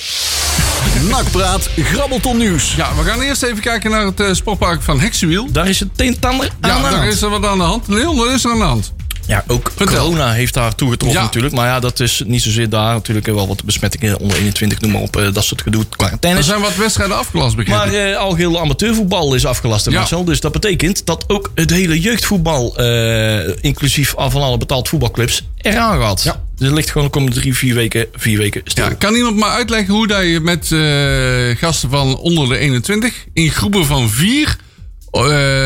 A: Nakpraat Grabbelton Nieuws.
B: Ja, we gaan eerst even kijken naar het eh, sportpark van Heksenwiel.
C: Daar is het teentander
B: Ja,
C: aan de
B: daar
C: hand.
B: is er wat aan de hand. Leon, wat is er aan de hand?
C: Ja, ook
B: Vertel.
C: corona heeft daar toegetroffen
B: Ja.
C: natuurlijk. Maar ja, dat is niet zozeer daar natuurlijk. eh, Wel wat besmettingen onder 21, noem maar op. eh, Dat soort gedoe, quarantaine.
B: Er zijn wat wedstrijden afgelast, begrepen.
C: Maar eh, al heel amateurvoetbal is afgelast, hè,
B: Ja.
C: Marcel. Dus dat betekent dat ook het hele jeugdvoetbal, eh, inclusief al van alle betaald voetbalclubs, eraan gaat.
B: Ja.
C: Dus het ligt gewoon de komende drie, vier weken, vier weken stil.
B: Ja, kan iemand maar uitleggen hoe dat je met eh, gasten van onder de 21 in groepen van vier eh,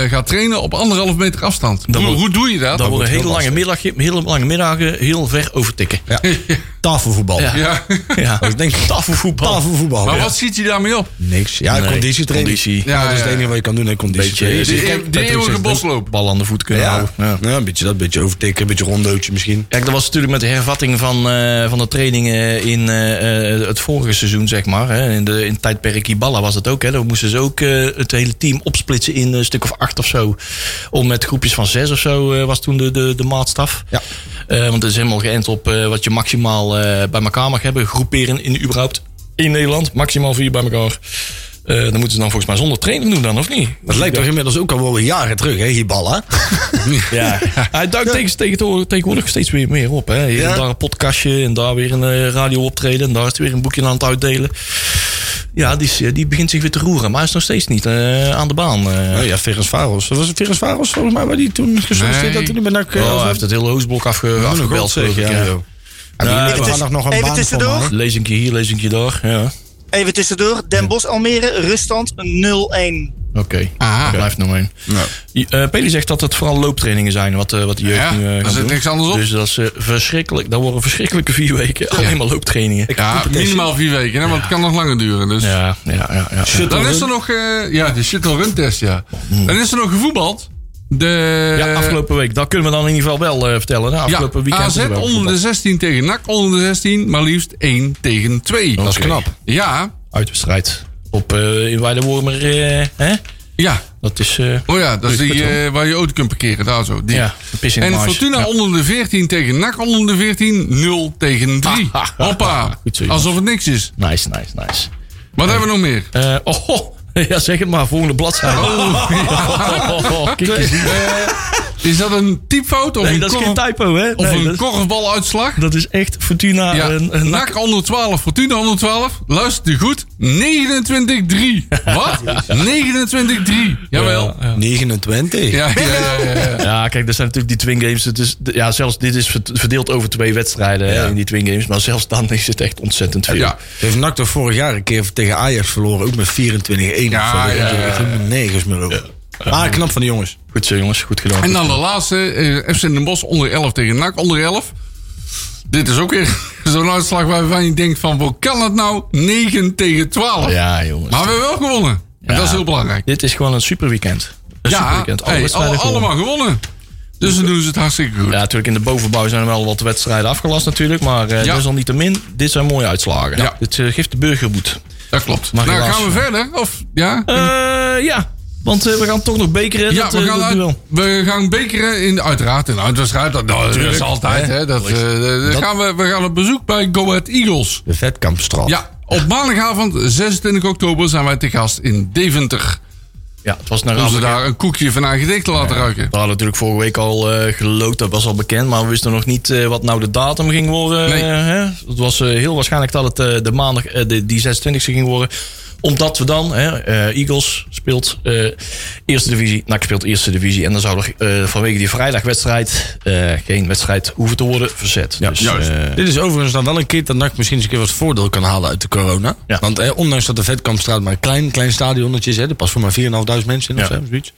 B: gaat trainen op anderhalf meter afstand?
C: Dat
B: hoe,
C: wordt-
B: hoe doe je dat?
C: dat worden
B: wordt
C: hele lange, middag, hele lange middagen heel ver overtikken.
D: Ja. Tafelvoetbal.
C: Ja.
B: Ja.
C: Ja,
D: Dat denk ik.
C: tafelvoetbal.
D: Tafelvoetbal.
B: maar
D: ja.
B: wat ziet hij daarmee op?
D: Niks. Ja,
C: Nee,
D: conditietraining.
C: conditie.
D: Ja,
B: Ja,
D: dat is
B: ja,
D: het enige
B: ja.
D: wat je kan doen, hè, conditietraining.
C: Beetje-
D: Dus
B: De,
D: je kijkt-
B: de, de
D: Patrick
B: eeuwige
D: zegt,
B: bosloop.
C: Bal aan de voet kunnen
D: Ja,
C: houden. Ja.
D: ja. een beetje dat, een beetje overtikken, een beetje rondootje misschien.
C: Kijk, dat was natuurlijk met de hervatting van, eh, van de trainingen in eh, eh, het vorige seizoen, zeg maar. Hè. In, de, in het tijdperk Ibala was dat ook. Hè. Dan moesten ze ook eh, het hele team opsplitsen in een stuk of acht of zo. Om met groepjes van zes of zo eh, was toen de, de, de maatstaf.
D: Ja.
C: Eh, want het is helemaal geënt op eh, wat je maximaal eh, bij elkaar mag hebben. Groeperen in überhaupt in Nederland. Maximaal vier bij elkaar. Eh, dan moeten ze dan volgens mij zonder training doen dan, of niet?
D: Dat lijkt toch inmiddels ook al wel weer jaren terug, hè, Hiballa?
C: Ja, hij duikt tegen- tegen- tegenwoordig steeds weer meer op. Hè. Hier
D: Ja.
C: en daar een podcastje en daar weer een eh, radio optreden. En daar is hij weer een boekje aan het uitdelen. Ja, die, is, eh, die begint zich weer te roeren. Maar hij is nog steeds niet eh, aan de baan. eh.
D: Oh ja, Ferens Varos. Dat was het Ferens Varos volgens mij waar die toen gesolliciteerd
B: Nee.
D: had toen hij bij NAC... eh,
C: Oh,
D: als-
C: hij heeft het hele hoofdblok afge,
D: Oh, mijn
C: afgebeld.
D: god, zeg,
C: geloof ik,
D: ja.
C: ja.
D: joh. Hij
C: Ja,
D: heeft
C: even
D: maandag nog een
E: even
D: baan voor
E: tussendoor.
D: mij.
C: Lezingje hier, lezingje daar. Ja. Oké,
E: Even tussendoor, Den Bosch Almere, ruststand 0-1.
B: Aha.
C: dat blijft nog één. Eh Peli zegt dat het vooral looptrainingen zijn wat, eh, wat de jeugd
B: Ja,
C: nu eh,
B: daar
C: gaat
B: zit
C: doen.
B: niks anders op.
C: Dus dat, is, eh, verschrikkelijk, dat worden verschrikkelijke vier weken. Alleen maar looptrainingen.
B: Ja, Ah, minimaal vier weken, hè, want het kan nog langer duren. Dus.
C: Ja, ja, ja. ja, ja.
B: Dan is er nog, eh, ja, de shuttle run test, ja. Dan is er nog gevoetbald. De,
C: Hmm. Ja, afgelopen week. Dat kunnen we dan in ieder geval wel eh, vertellen. Hè?
B: eh, ja,
C: Afgelopen weekend.
B: AZ
C: is er wel
B: onder de 16 tegen NAC onder de 16, maar liefst 1 tegen 2.
C: Dat is knap.
B: Ja,
C: Uitwedstrijd. Op eh in Weidewormer. eh hè?
B: ja.
C: Dat is. eh
B: Oh ja, dat is
C: Goed,
B: die
C: goed hoor.
B: eh, waar je auto kunt parkeren, daar zo. Die.
C: ja, een pis in de
B: En
C: maas.
B: Fortuna
C: Ja.
B: onder de 14 tegen NAC onder de 14, 0 tegen 3.
C: Ha, ha, ha,
B: Hoppa,
C: goed zo, jongens.
B: alsof het niks is.
C: Nice, nice, nice.
B: Wat hebben we nog meer?
C: Eh oh, ho. ja, zeg het maar. Volgende bladzijde. Oh, oh, oh, oh, kijk eens.
B: Is dat een typfout of
C: Nee,
B: een,
C: dat is
B: korf-
C: geen typo, hè?
B: eh, of
C: Nee,
B: een
C: dat,
B: korfbaluitslag?
C: dat is echt Fortuna.
B: Ja,
C: en, en
B: NAC 112, Fortuna 112. Luister u goed. 29-3. Wat? 29-3. Jawel.
C: Ja, ja.
D: 29.
B: Ja, ja, ja, ja, ja.
C: Ja, kijk, er zijn natuurlijk die twin games. Het is, ja, zelfs dit is verd- verdeeld over twee wedstrijden hè, in die twin games. Maar zelfs dan is het echt ontzettend veel.
B: Ja.
D: Heeft NAC toch vorig jaar een keer tegen Ajax verloren. Ook met 24-1
B: Ja,
D: of zo.
B: ja,
D: Ja,
B: ja.
D: nergens meer over. Maar knap van de jongens.
C: Goed zo, jongens. Goed gedaan.
B: En dan de laatste. eh, FC Den Bosch onder 11 tegen NAC onder 11. Dit is ook weer zo'n uitslag waarvan je denkt van... Hoe kan het nou? 9 tegen 12.
C: Ja, jongens.
B: Maar we hebben wel gewonnen. En
C: Ja.
B: dat is heel belangrijk.
C: Dit is gewoon een super weekend. Een super
B: Ja,
C: weekend.
B: hey,
C: wedstrijden
B: alle-
C: gewonnen.
B: allemaal gewonnen. Dus dan doen ze het hartstikke goed.
C: Ja, natuurlijk in de bovenbouw zijn er wel wat wedstrijden afgelast natuurlijk. Maar eh
B: Ja.
C: desalniettemin, dit zijn mooie uitslagen.
B: Ja.
C: Dit eh, geeft de burger moed.
B: Dat klopt.
C: Maar
B: Nou,
C: helaas-
B: gaan we verder? Of, ja?
C: Eh, ja, want eh, we gaan toch nog bekeren.
B: Ja,
C: dat,
B: we,
C: eh,
B: gaan
C: dat
B: uit-
C: duel.
B: we gaan bekeren in, uiteraard in uitwedstrijd. Dat, dat is altijd. Hè, dat, eh, eh, gaan we, we gaan op bezoek bij Go Ahead Eagles.
D: De vetkampstraat.
B: Ja, op maandagavond 26 oktober zijn wij te gast in Deventer.
C: Ja, het was naar
B: Om ze
C: aanleiding-
B: daar een koekje van eigen dik te laten ruiken.
C: We hadden natuurlijk vorige week al eh geloot, dat was al bekend. Maar we wisten nog niet eh, wat nou de datum ging worden.
B: Nee.
C: eh, hè? Het was eh, heel waarschijnlijk dat het eh, de maandag, eh, de, die 26e ging worden. Omdat we dan, hè, eh, Eagles speelt eh, eerste divisie, NAC speelt eerste divisie. En dan zou er eh, vanwege die vrijdagwedstrijd eh, geen wedstrijd hoeven te worden verzet. dus,
B: juist.
C: eh,
D: Dit is overigens dan wel een keer dat NAC misschien eens een keer wat voordeel kan halen uit de corona.
C: Ja.
D: Want eh, ondanks dat de Vetkampstraat maar een klein, klein stadionnetje is, hè, er past voor maar 4.500 mensen in of
C: Ja.
D: zo, zoiets.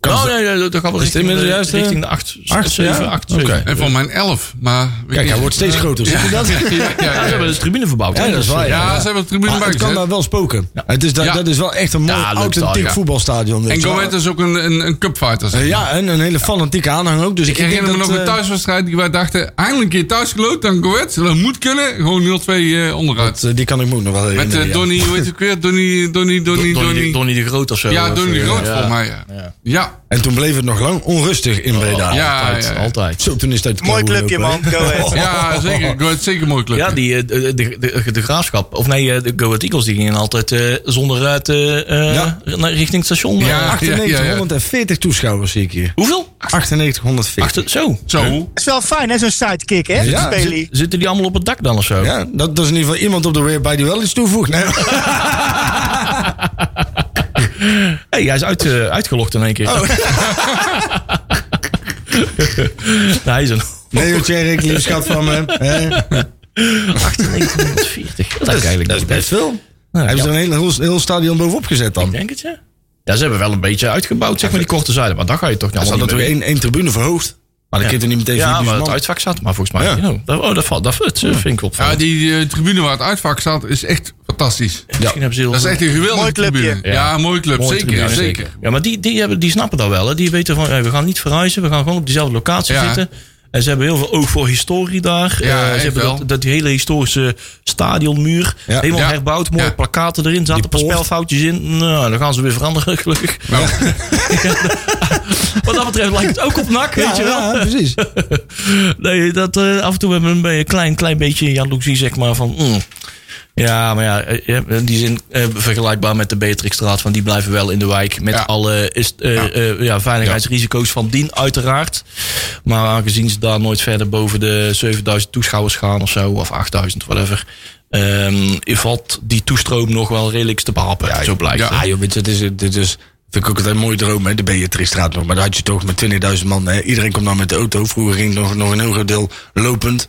C: nou, nee, nee, dat- dat gaat wel
D: Is het
C: richting, de,
D: inmiddels juist, eh,
C: richting de 8,
D: acht,
C: 7,
D: ja?
C: 8,
D: Oké.
B: En van mijn 11. Maar weet
D: Kijk,
B: niet.
D: hij wordt steeds groter. zie je dat?
B: Ja, ja,
C: Ja,
B: ja,
C: ze hebben de tribune verbouwd. hè,
D: Ja, dat is
C: dus,
D: waar.
C: eh,
B: Ja, ze hebben het tribune
D: Maar
B: bij
D: het kan daar wel spoken. Het is da-
B: Ja.
D: Dat is wel echt een mooi,
C: Ja, leuk
D: authentiek
C: stadion.
D: voetbalstadion. weet
B: En
D: je
B: Go
D: wel.
B: Ahead is ook een, een, een cupfighter. zeg
D: Eh,
B: maar.
D: Ja, en een hele fanatieke aanhang ook. Dus ik,
B: Ik herinner me
D: denk
B: nog
D: dat,
B: een
D: eh,
B: thuiswedstrijd die wij dachten... eindelijk een keer thuis geloot dan Go Ahead. Dat moet kunnen. Gewoon 0-2 eh, onderuit.
D: dat, eh, die kan ik me ook nog wel
B: Met
D: herinneren,
B: eh,
D: ja.
B: Donny, hoe heet het ook weer? Donny, Donny, Donny,
C: Donnie,
B: Donny.
C: de- Donnie eh, de Groot of zo.
B: Ja,
C: Of,
B: Donny de
C: eh,
B: Groot
C: ja.
B: volgens mij, ja. Ja, ja.
D: En toen bleef het nog lang onrustig
B: Oh,
D: in Breda.
B: Ja,
C: altijd,
B: ja, ja.
C: altijd.
D: Zo, toen is het uit de
E: Mooi
D: klauwen
E: clubje,
D: gelopen,
E: man.
D: hè.
E: Go Ahead.
B: zeker. Go Ahead, zeker mooi club.
C: Ja, die, eh, de, de, de, de graafschap. Of nee, eh, de Go Ahead Eagles die gingen altijd eh, zonder uit eh, eh,
D: Ja.
C: naar- richting het station.
B: Ja.
C: Eh,
D: 9840 toeschouwers zie ik hier.
C: Hoeveel?
D: 9840.
C: Achter, zo.
B: Zo.
E: Het is wel fijn, hè, zo'n sidekick, hè?
D: Ja.
E: Ja, Bailey.
C: Zitten die allemaal op het dak dan of
B: oh.
C: zo?
D: Ja, dat, dat is in ieder geval iemand op de weer bij die wel iets toevoegt. Nee.
C: Hey, hij is uit, eh, uitgelogd in één keer. Nee, Nou, hij is een
D: Nee, Tjerk, lieve schat van me. hè.
C: 1940. Dat, is eigenlijk
D: Dat is best
C: niet best.
D: veel.
C: Ja,
D: Hebben ze
C: ja,
D: er een heel, heel stadion bovenop gezet
C: ik
D: dan?
C: denk het, ja. Ja, ze hebben wel een beetje uitgebouwd, zeg maar, die korte zijde. Maar dan ga je toch niet
D: Ze hadden
C: allemaal
D: toen
C: niet
D: één, één tribune verhoogd. Maar dan kun je er niet meteen
C: meer- Ja, maar het
D: man.
C: uitvak zat. Maar volgens mij,
D: Ja.
C: ja. dat, oh, dat, valt- dat, dat vind ik opvallend.
B: Ja, die eh, tribune waar het uitvak staat is echt fantastisch.
C: Misschien hebben ze heel
B: Dat is echt een geweldige
E: Mooi clubje.
B: tribune. Ja,
C: Ja,
B: mooi club.
C: Mooie
B: zeker,
C: tribune,
B: zeker.
C: Ja, maar die, die, hebben, die snappen dat wel. Hè? Die weten van, hey, we gaan niet verhuizen. We gaan gewoon op diezelfde locatie
B: Ja.
C: zitten. En ze hebben heel veel oog voor historie daar.
B: Ja,
C: Eh,
B: echt
C: ze hebben
B: wel.
C: dat, dat die hele historische stadionmuur.
D: Ja.
C: Helemaal
B: Ja.
C: herbouwd. Mooie
B: Ja.
C: plakaten erin. Zaten een paar
D: poort.
C: spelfoutjes in. Nou, dan gaan ze weer veranderen, gelukkig.
B: Nou,
C: Wat dat betreft lijkt het ook op nak, weet je wel.
D: Ja, precies.
C: Nee, dat, eh, af en toe hebben we een be- klein, klein beetje jaloezie, zeg maar, van... mm. Ja, maar ja, eh, ja, in die zin eh, vergelijkbaar met de Beatrixstraat. Van die blijven wel in de wijk. Met
B: Ja.
C: alle is, eh, eh, ja, veiligheidsrisico's van dien, uiteraard. Maar aangezien ze daar nooit verder boven de 7000 toeschouwers gaan of zo. Of 8000, whatever. ehm, valt die toestroom nog wel redelijk te behappen. zo blijkt.
B: ja.
C: hè.
D: Ah joh, weet je, dit is, dit is, vind ik ook altijd een mooie droom, hè, de Beatrixstraat nog. Maar daar had je toch met 20.000 man, hè. iedereen komt dan met de auto. Vroeger ging nog, nog een heel groot deel lopend.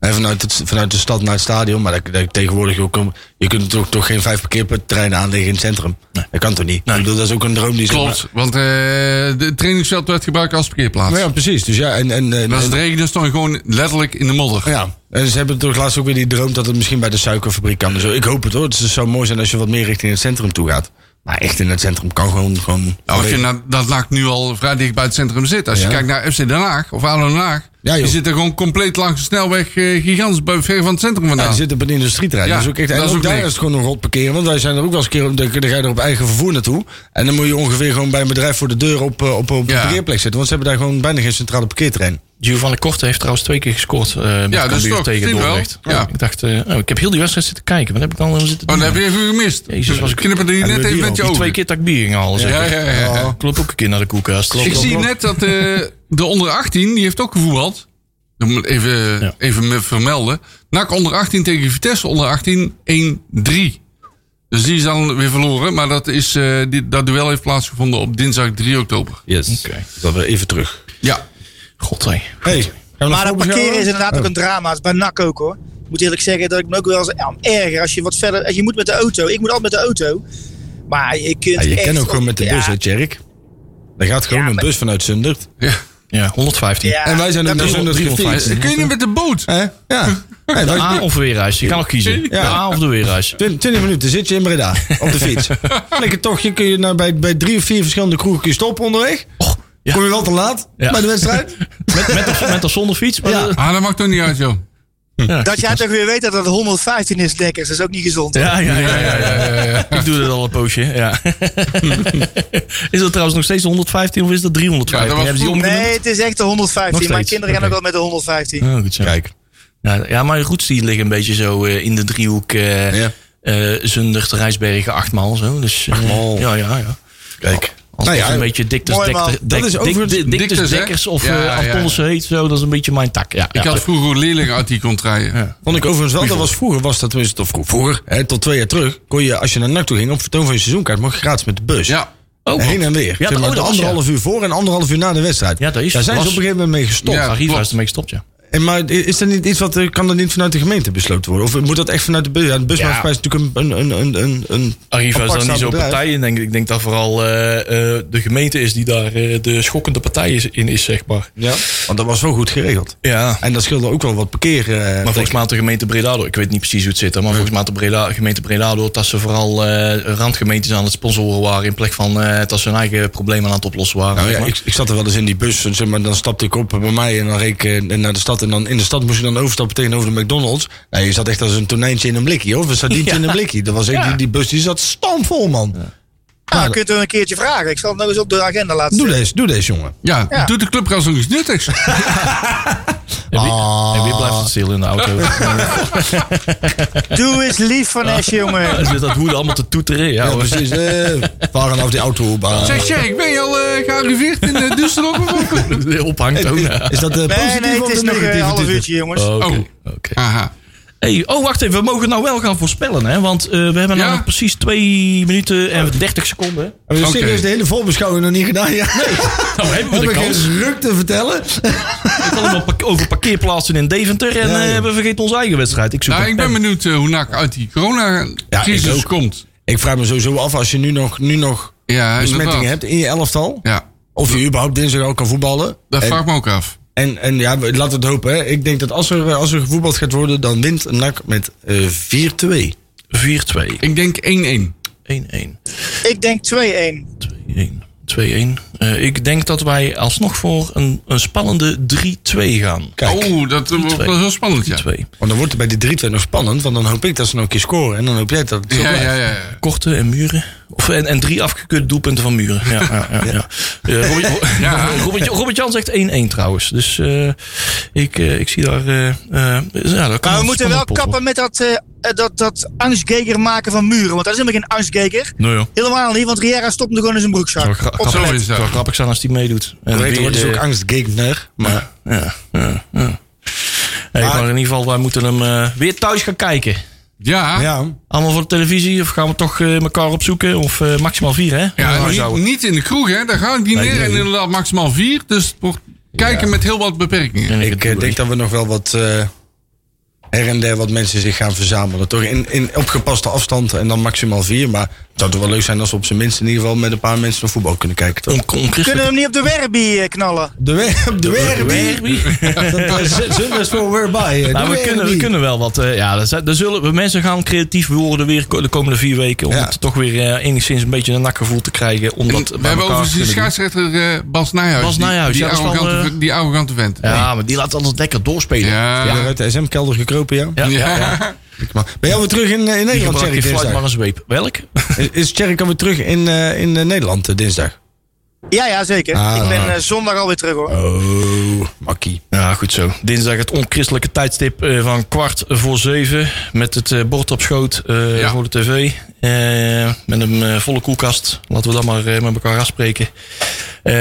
D: Hè, vanuit, het, vanuit de stad naar het stadion. Maar dat, dat, tegenwoordig, ook, een- je kunt toch, toch geen vijf parkeerterreinen aanleggen in het centrum. Dat kan toch niet? Ik bedoel, dat is ook een droom die... zeg
B: klopt. Want eh de trainingsveld werd gebruikt als parkeerplaats.
D: maar- Ja, precies. Dus ja, en... en, en-
B: En als het
D: en-
B: regende stond je gewoon letterlijk in de modder.
D: ja, en ze hebben toch laatst ook weer die droom dat het misschien bij de suikerfabriek kan. en zo. ik hoop het hoor. Het zou mooi zijn als je wat meer richting het centrum toe gaat. Maar echt in het centrum kan gewoon... gewoon
B: Nou, als je na, dat naakt nu al vrij dicht bij het centrum zit. Als je
D: Ja.
B: kijkt naar FC Den Haag of ADO Den Haag.
D: Ja, joh.
B: die zitten gewoon compleet langs de snelweg eh, gigantisch bij, ver van het centrum
D: Ja,
B: vandaan.
D: Nou, die zit op een industrieterrein.
B: Ja,
D: dat is ook echt, en
B: dat is
D: ook
B: ook
D: daar
B: niks.
D: is het gewoon een rot parkeren. Want wij zijn er ook wel eens een keer, op- dan dan ga je er op eigen vervoer naartoe. En dan moet je ongeveer gewoon bij een bedrijf voor de deur op, eh, op, op
B: Ja.
D: een parkeerplek zitten. Want ze hebben daar gewoon bijna geen centrale parkeerterrein.
C: Giovanni Korte heeft trouwens twee keer gescoord eh met
B: Ja,
C: ja,
B: dus toch,
C: tegen
B: zie je wel.
C: Dordrecht.
B: Ja.
C: Ik dacht, eh, oh, ik heb heel die wedstrijd zitten kijken. Wat heb ik dan allemaal zitten
B: Oh,
C: doen?
B: dat heb je even gemist.
C: Jezus, was ik
B: Knippen die net even met je
C: Die
B: ogen.
C: twee keer dat ik bier ging halen.
B: Ja,
C: zeker.
B: ja, ja, ja.
C: Oh, Klopt ook een keer naar de koelkast.
B: Ik zie net dat eh, de onder 18, die heeft ook gevoetbald. Dat moet ik Even,
C: Ja.
B: even me vermelden. NAC onder 18 tegen Vitesse onder 18, 1-3. Dus die is dan weer verloren. Maar dat, is, eh, die, dat duel heeft plaatsgevonden op dinsdag 3 oktober.
D: Yes.
C: Oké.
D: Dat we even terug.
B: Ja.
C: God, hé.
D: Hey,
E: Maar dat parkeren is inderdaad
D: Oh.
E: ook een drama. Het is bij NAC ook hoor. Ik moet eerlijk zeggen dat ik me ook wel eens aan erger. Als je wat verder. Als je moet met de auto. Ik moet altijd met de auto. Maar je kunt.
D: Ja, je
E: echt
D: kent ook gewoon met de bus,
E: ja,
D: hè, Tjerk? Er gaat gewoon
E: Ja,
D: een
E: maar-
D: bus vanuit Zundert.
B: ja.
C: Ja, 115.
E: ja,
D: en wij zijn ook
E: dat
D: naar
E: is-
D: Zundert gefietst.
C: 350.
B: Kun je niet met de Ah, boot?
D: Hè? Ja. Hey,
C: De
D: wij-
C: A of Weerhuis. Je kan nog kiezen. De
D: Ja.
C: A of de Weerhuis.
D: Twin- 20 minuten zit je in Breda op de fiets. Lekker tochtje kun je naar, bij, bij drie of vier verschillende kroegen kun je stoppen onderweg.
C: Och, ja.
D: Kom je wel te laat
C: Ja.
D: bij de wedstrijd?
C: Met, met, of, met of zonder fiets. Maar
D: Ja.
C: dat-
B: Ah, dat maakt toch niet uit, joh.
E: Dat jij toch weer weet dat het 115 is, lekkers. Dat is ook niet gezond. hè?
C: ja, ja, ja, ja, ja. Ik doe dat al een poosje. Ja. is dat trouwens nog steeds 115 of is dat 315?
B: Ja, dat was
C: Hebben ze die
B: vroeger.
C: omgenoemd?
E: Nee, het is echt de
C: Nog
E: 115. Mijn
C: steeds?
E: kinderen gaan ook
C: Oké.
E: wel met de 115.
C: Oh, goed zo.
D: Kijk.
C: Ja, ja, maar goed, die liggen een beetje zo eh, in de driehoek. eh
D: Ja.
C: eh, Zundert, Rijsbergen, achtmaal zo. Dus, eh,
D: Achtmaal.
C: ja, ja, ja.
D: Kijk.
C: Als
D: Nou
C: het
D: ja,
C: een beetje Dictus
E: mooi man.
C: Dekker-
D: Dat is
C: Dek-
D: overigens-
C: Dik- Dictus
B: Dictus, hè?
C: Dekkers of
B: Ja,
C: eh
B: ja, ja.
C: Alphonse heet zo. Dat is een beetje mijn tak. Ja,
B: Ik
C: ja.
B: had vroeger leerlingen uit die contraien.
D: Vond ik overigens wel, dat was vroeger, was dat tenminste, of vroeger, hè, tot twee jaar terug, kon je als je naar NAC toe ging op vertoon van je seizoenkaart, mocht je gratis met de bus.
B: Ja.
C: Oh,
D: Heen en weer.
C: Ja,
D: zeg maar,
C: oh, dat was,
D: anderhalf uur voor en anderhalf uur na de wedstrijd.
C: Ja, dat is-
D: Daar zijn ze
C: was-
D: op een gegeven moment mee gestopt.
B: Ja.
C: Arriva is
B: klopt.
C: ermee gestopt, ja.
D: En maar is dat niet iets wat eh, kan dat niet vanuit de gemeente besloten worden? Of moet dat echt vanuit de bus? Ja, de busmaatschappij is natuurlijk een, een, een, een, een
C: Arriva is
D: apart
C: dan niet
D: staand
C: zo'n
D: bedrijf.
C: partij. in, denk ik. ik denk dat vooral eh, eh, de gemeente is die daar eh, de schokkende partij is, in is, zeg maar.
D: Ja. Want dat was wel goed geregeld.
C: Ja.
D: En dat scheelde ook wel wat parkeer. eh,
C: Maar
D: plek.
C: volgens mij had de gemeente Bredadoor, ik weet niet precies hoe het zit, hè, maar volgens mij had de Breda, gemeente Bredadoor dat ze vooral eh, randgemeentes aan het sponsoren waren in plek van eh, dat ze hun eigen problemen aan het oplossen waren.
D: nou
C: zeg
D: ja,
C: maar.
D: ik, ik zat er wel eens in die bus. en Zeg maar, dan stapte ik op bij mij en dan reed ik eh, naar de stad. En dan in de stad moest je dan overstappen tegenover de McDonald's. Nou, je zat echt als een tonijntje in een blikje, hoor. Of een sardientje in een blikje. Dat was echt, die, die bus die zat stampvol, man.
E: Nou, je kunt er een keertje vragen. Ik zal het nog eens op de agenda laten
D: Doe
E: staan.
D: deze, doe deze, jongen.
B: Ja,
E: Ja.
B: doet de club nog iets nuttigs.
C: En wie, en wie blijft het stil in de auto?
E: Doe eens lief van Esje, jongen.
C: Hij zit dat hoede allemaal te toeteren. Ja,
D: Ja,
C: hoor.
D: precies. eh, varen af die auto. bah.
B: Zeg, Sjerk, ben je al eh, gearriveerd in eh, Düsseldorf? of wat?
C: Ophangt ook.
D: Is dat eh,
E: Nee,
D: positief
E: nee,
D: of
E: het is
D: de
E: nog een
D: negatieve
E: half
D: titel?
E: uurtje, jongens.
C: Oké.
B: Oh.
C: oké.
B: Aha.
C: Hey, oh, wacht even. We mogen het nou wel gaan voorspellen, hè? Want eh, we hebben
B: Ja?
C: nou nog precies 2 minuten en 30 seconden.
D: Hebben we
B: Oké.
D: serieus de hele voorbeschouwing nog niet gedaan? Ja. Nee.
C: Nou, hebben we de
D: Hebben we
C: kans.
D: geen ruk te vertellen?
C: Het is allemaal pak- over parkeerplaatsen in Deventer. En
D: Ja, ja.
C: eh, we vergeten onze eigen wedstrijd. Ik zoek
B: Nou,
C: een
B: ik ben
C: pen.
B: benieuwd eh, hoe NAC uit die
D: Ja,
B: coronacrisis
D: ik ook.
B: komt.
D: Ik vraag me sowieso af, als je nu nog, nu nog
B: Ja, inderdaad.
D: besmettingen hebt in je elftal...
B: Ja,
D: Of je überhaupt dinsdag al kan voetballen.
B: dat
D: en,
B: vraag ik me ook af.
D: en, en ja, we- laten we het hopen. Hè. Ik denk dat als er, eh, als er gevoetbald gaat worden, dan wint NAC met eh 4-2.
C: 4-2.
B: Ik denk 1-1.
C: 1-1.
E: Ik denk 2-1.
C: 1, 2-1. Eh, ik denk dat wij alsnog voor een, een spannende 3-2 gaan.
D: Kijk,
B: Oh, dat eh, wordt wel heel spannend, ja.
C: 3-2.
D: want dan wordt het bij die 3-2 nog spannend. Want dan hoop ik dat ze nog een keer scoren. En dan hoop jij dat het zo
B: Ja,
D: blijft.
B: ja, ja. ja.
C: Korte en muren. Of, en, en drie afgekeurd doelpunten van muren. Ja, ja, ja, ja. Eh, Robert,
B: Ja.
C: Robert, Robert Jan zegt 1-1 trouwens. Dus eh, ik, eh, ik zie daar. eh, eh, ja, dat kan
E: Maar Nou, we
C: een
E: moeten
C: spannend potje
E: wel kappen
C: worden.
E: met dat, eh, eh, dat, dat angstgeger maken van muren. Want dat is helemaal geen angstgeger.
C: Nou ja.
E: Helemaal niet, want Riera stopt hem gewoon in zijn broekzak.
C: Het zou gra- eh,
E: Opgelet.
B: Zo is
C: Het zou
B: dat.
C: grappig zijn als die meedoet. En
D: Ik weet,
C: weer,
D: dan wordt dus
C: eh, Ah,
D: ook angstgegner. Maar
C: Ja, ja, ja. Hey, maar in ieder geval, wij moeten hem eh, weer thuis gaan kijken. ah.
B: Ja, ja.
D: ja,
C: Allemaal voor de televisie, of gaan we toch eh, elkaar opzoeken? Of eh, maximaal vier, hè?
B: en
C: Nou,
B: niet-
C: zouden-
B: niet, in de kroeg, hè. Daar ga ik niet
D: Nee,
B: neer.
D: nee.
B: En inderdaad maximaal 4. Dus het wordt kijken met heel wat beperkingen.
C: En
D: ik eh, denk dat we nog wel wat... eh, her en der wat mensen zich gaan verzamelen. Toch in, in opgepaste afstand en dan maximaal vier. Maar het zou toch wel leuk zijn als we op zijn minst in ieder geval... met een paar mensen naar voetbal kunnen kijken. Toch?
C: Om, om
E: Kunnen
C: Christen.
E: we hem niet op de werby eh, knallen?
D: De werb, de werb. Zullen is voor whereby. eh,
C: Nou,
D: de
C: we
D: werb
C: kunnen, we
D: niet.
C: kunnen wel wat. eh, ja, daar zijn- daar zullen we mensen gaan creatief worden weer ko- de komende vier weken. Om
D: Ja.
C: het toch weer eh, enigszins een beetje een nakgevoel te krijgen. Om dat
B: En
C: bij
B: we hebben
C: elkaar
B: overigens
C: te
B: die
C: kunnen doen.
B: scheidsrechter eh, Bas Nijhuis.
C: Bas
B: die-
C: Nijhuis,
B: die,
C: ja, dat is wel,
B: arrogante,
C: eh,
B: v- die arrogante vent.
C: Ja, maar die laat altijd lekker doorspelen.
B: Ja.
D: Ja, uit de SM-kelder gekropen, ja.
C: Ja, ja, ja.
D: Ik mag- Ben jij weer terug in, eh, in
C: Die
D: Nederland,
C: gebruikt
D: Cherry,
C: geen fluit, maar
D: dinsdag?
C: een zweep. Welk?
D: Is Cherry alweer terug in, eh, in eh, Nederland eh, dinsdag?
E: Ja, ja, zeker.
D: Ah.
E: ik ben eh, zondag alweer terug hoor.
D: Oh, makkie.
C: Ja, goed zo. Dinsdag het onchristelijke tijdstip eh, van kwart voor zeven. Met het eh, bord op schoot eh,
B: Ja.
C: voor de tv. Eh, met een eh, volle koelkast. Laten we dat maar eh, met elkaar afspreken. Eh,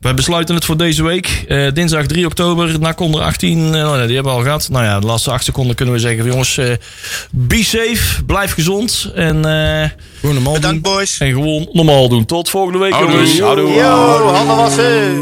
C: wij besluiten het voor deze week. Eh, dinsdag 3 oktober, NAC onder 18. Eh, nou, nee, die hebben we al gehad. Nou ja, de laatste acht seconden kunnen we zeggen... jongens, eh, be safe, blijf gezond. En, eh,
D: Gewoon normaal doen.
E: Bedankt boys.
C: en gewoon normaal doen. Tot volgende week,
B: Houdoe.
C: jongens.
B: Houdoe.
E: Yo, handen wassen.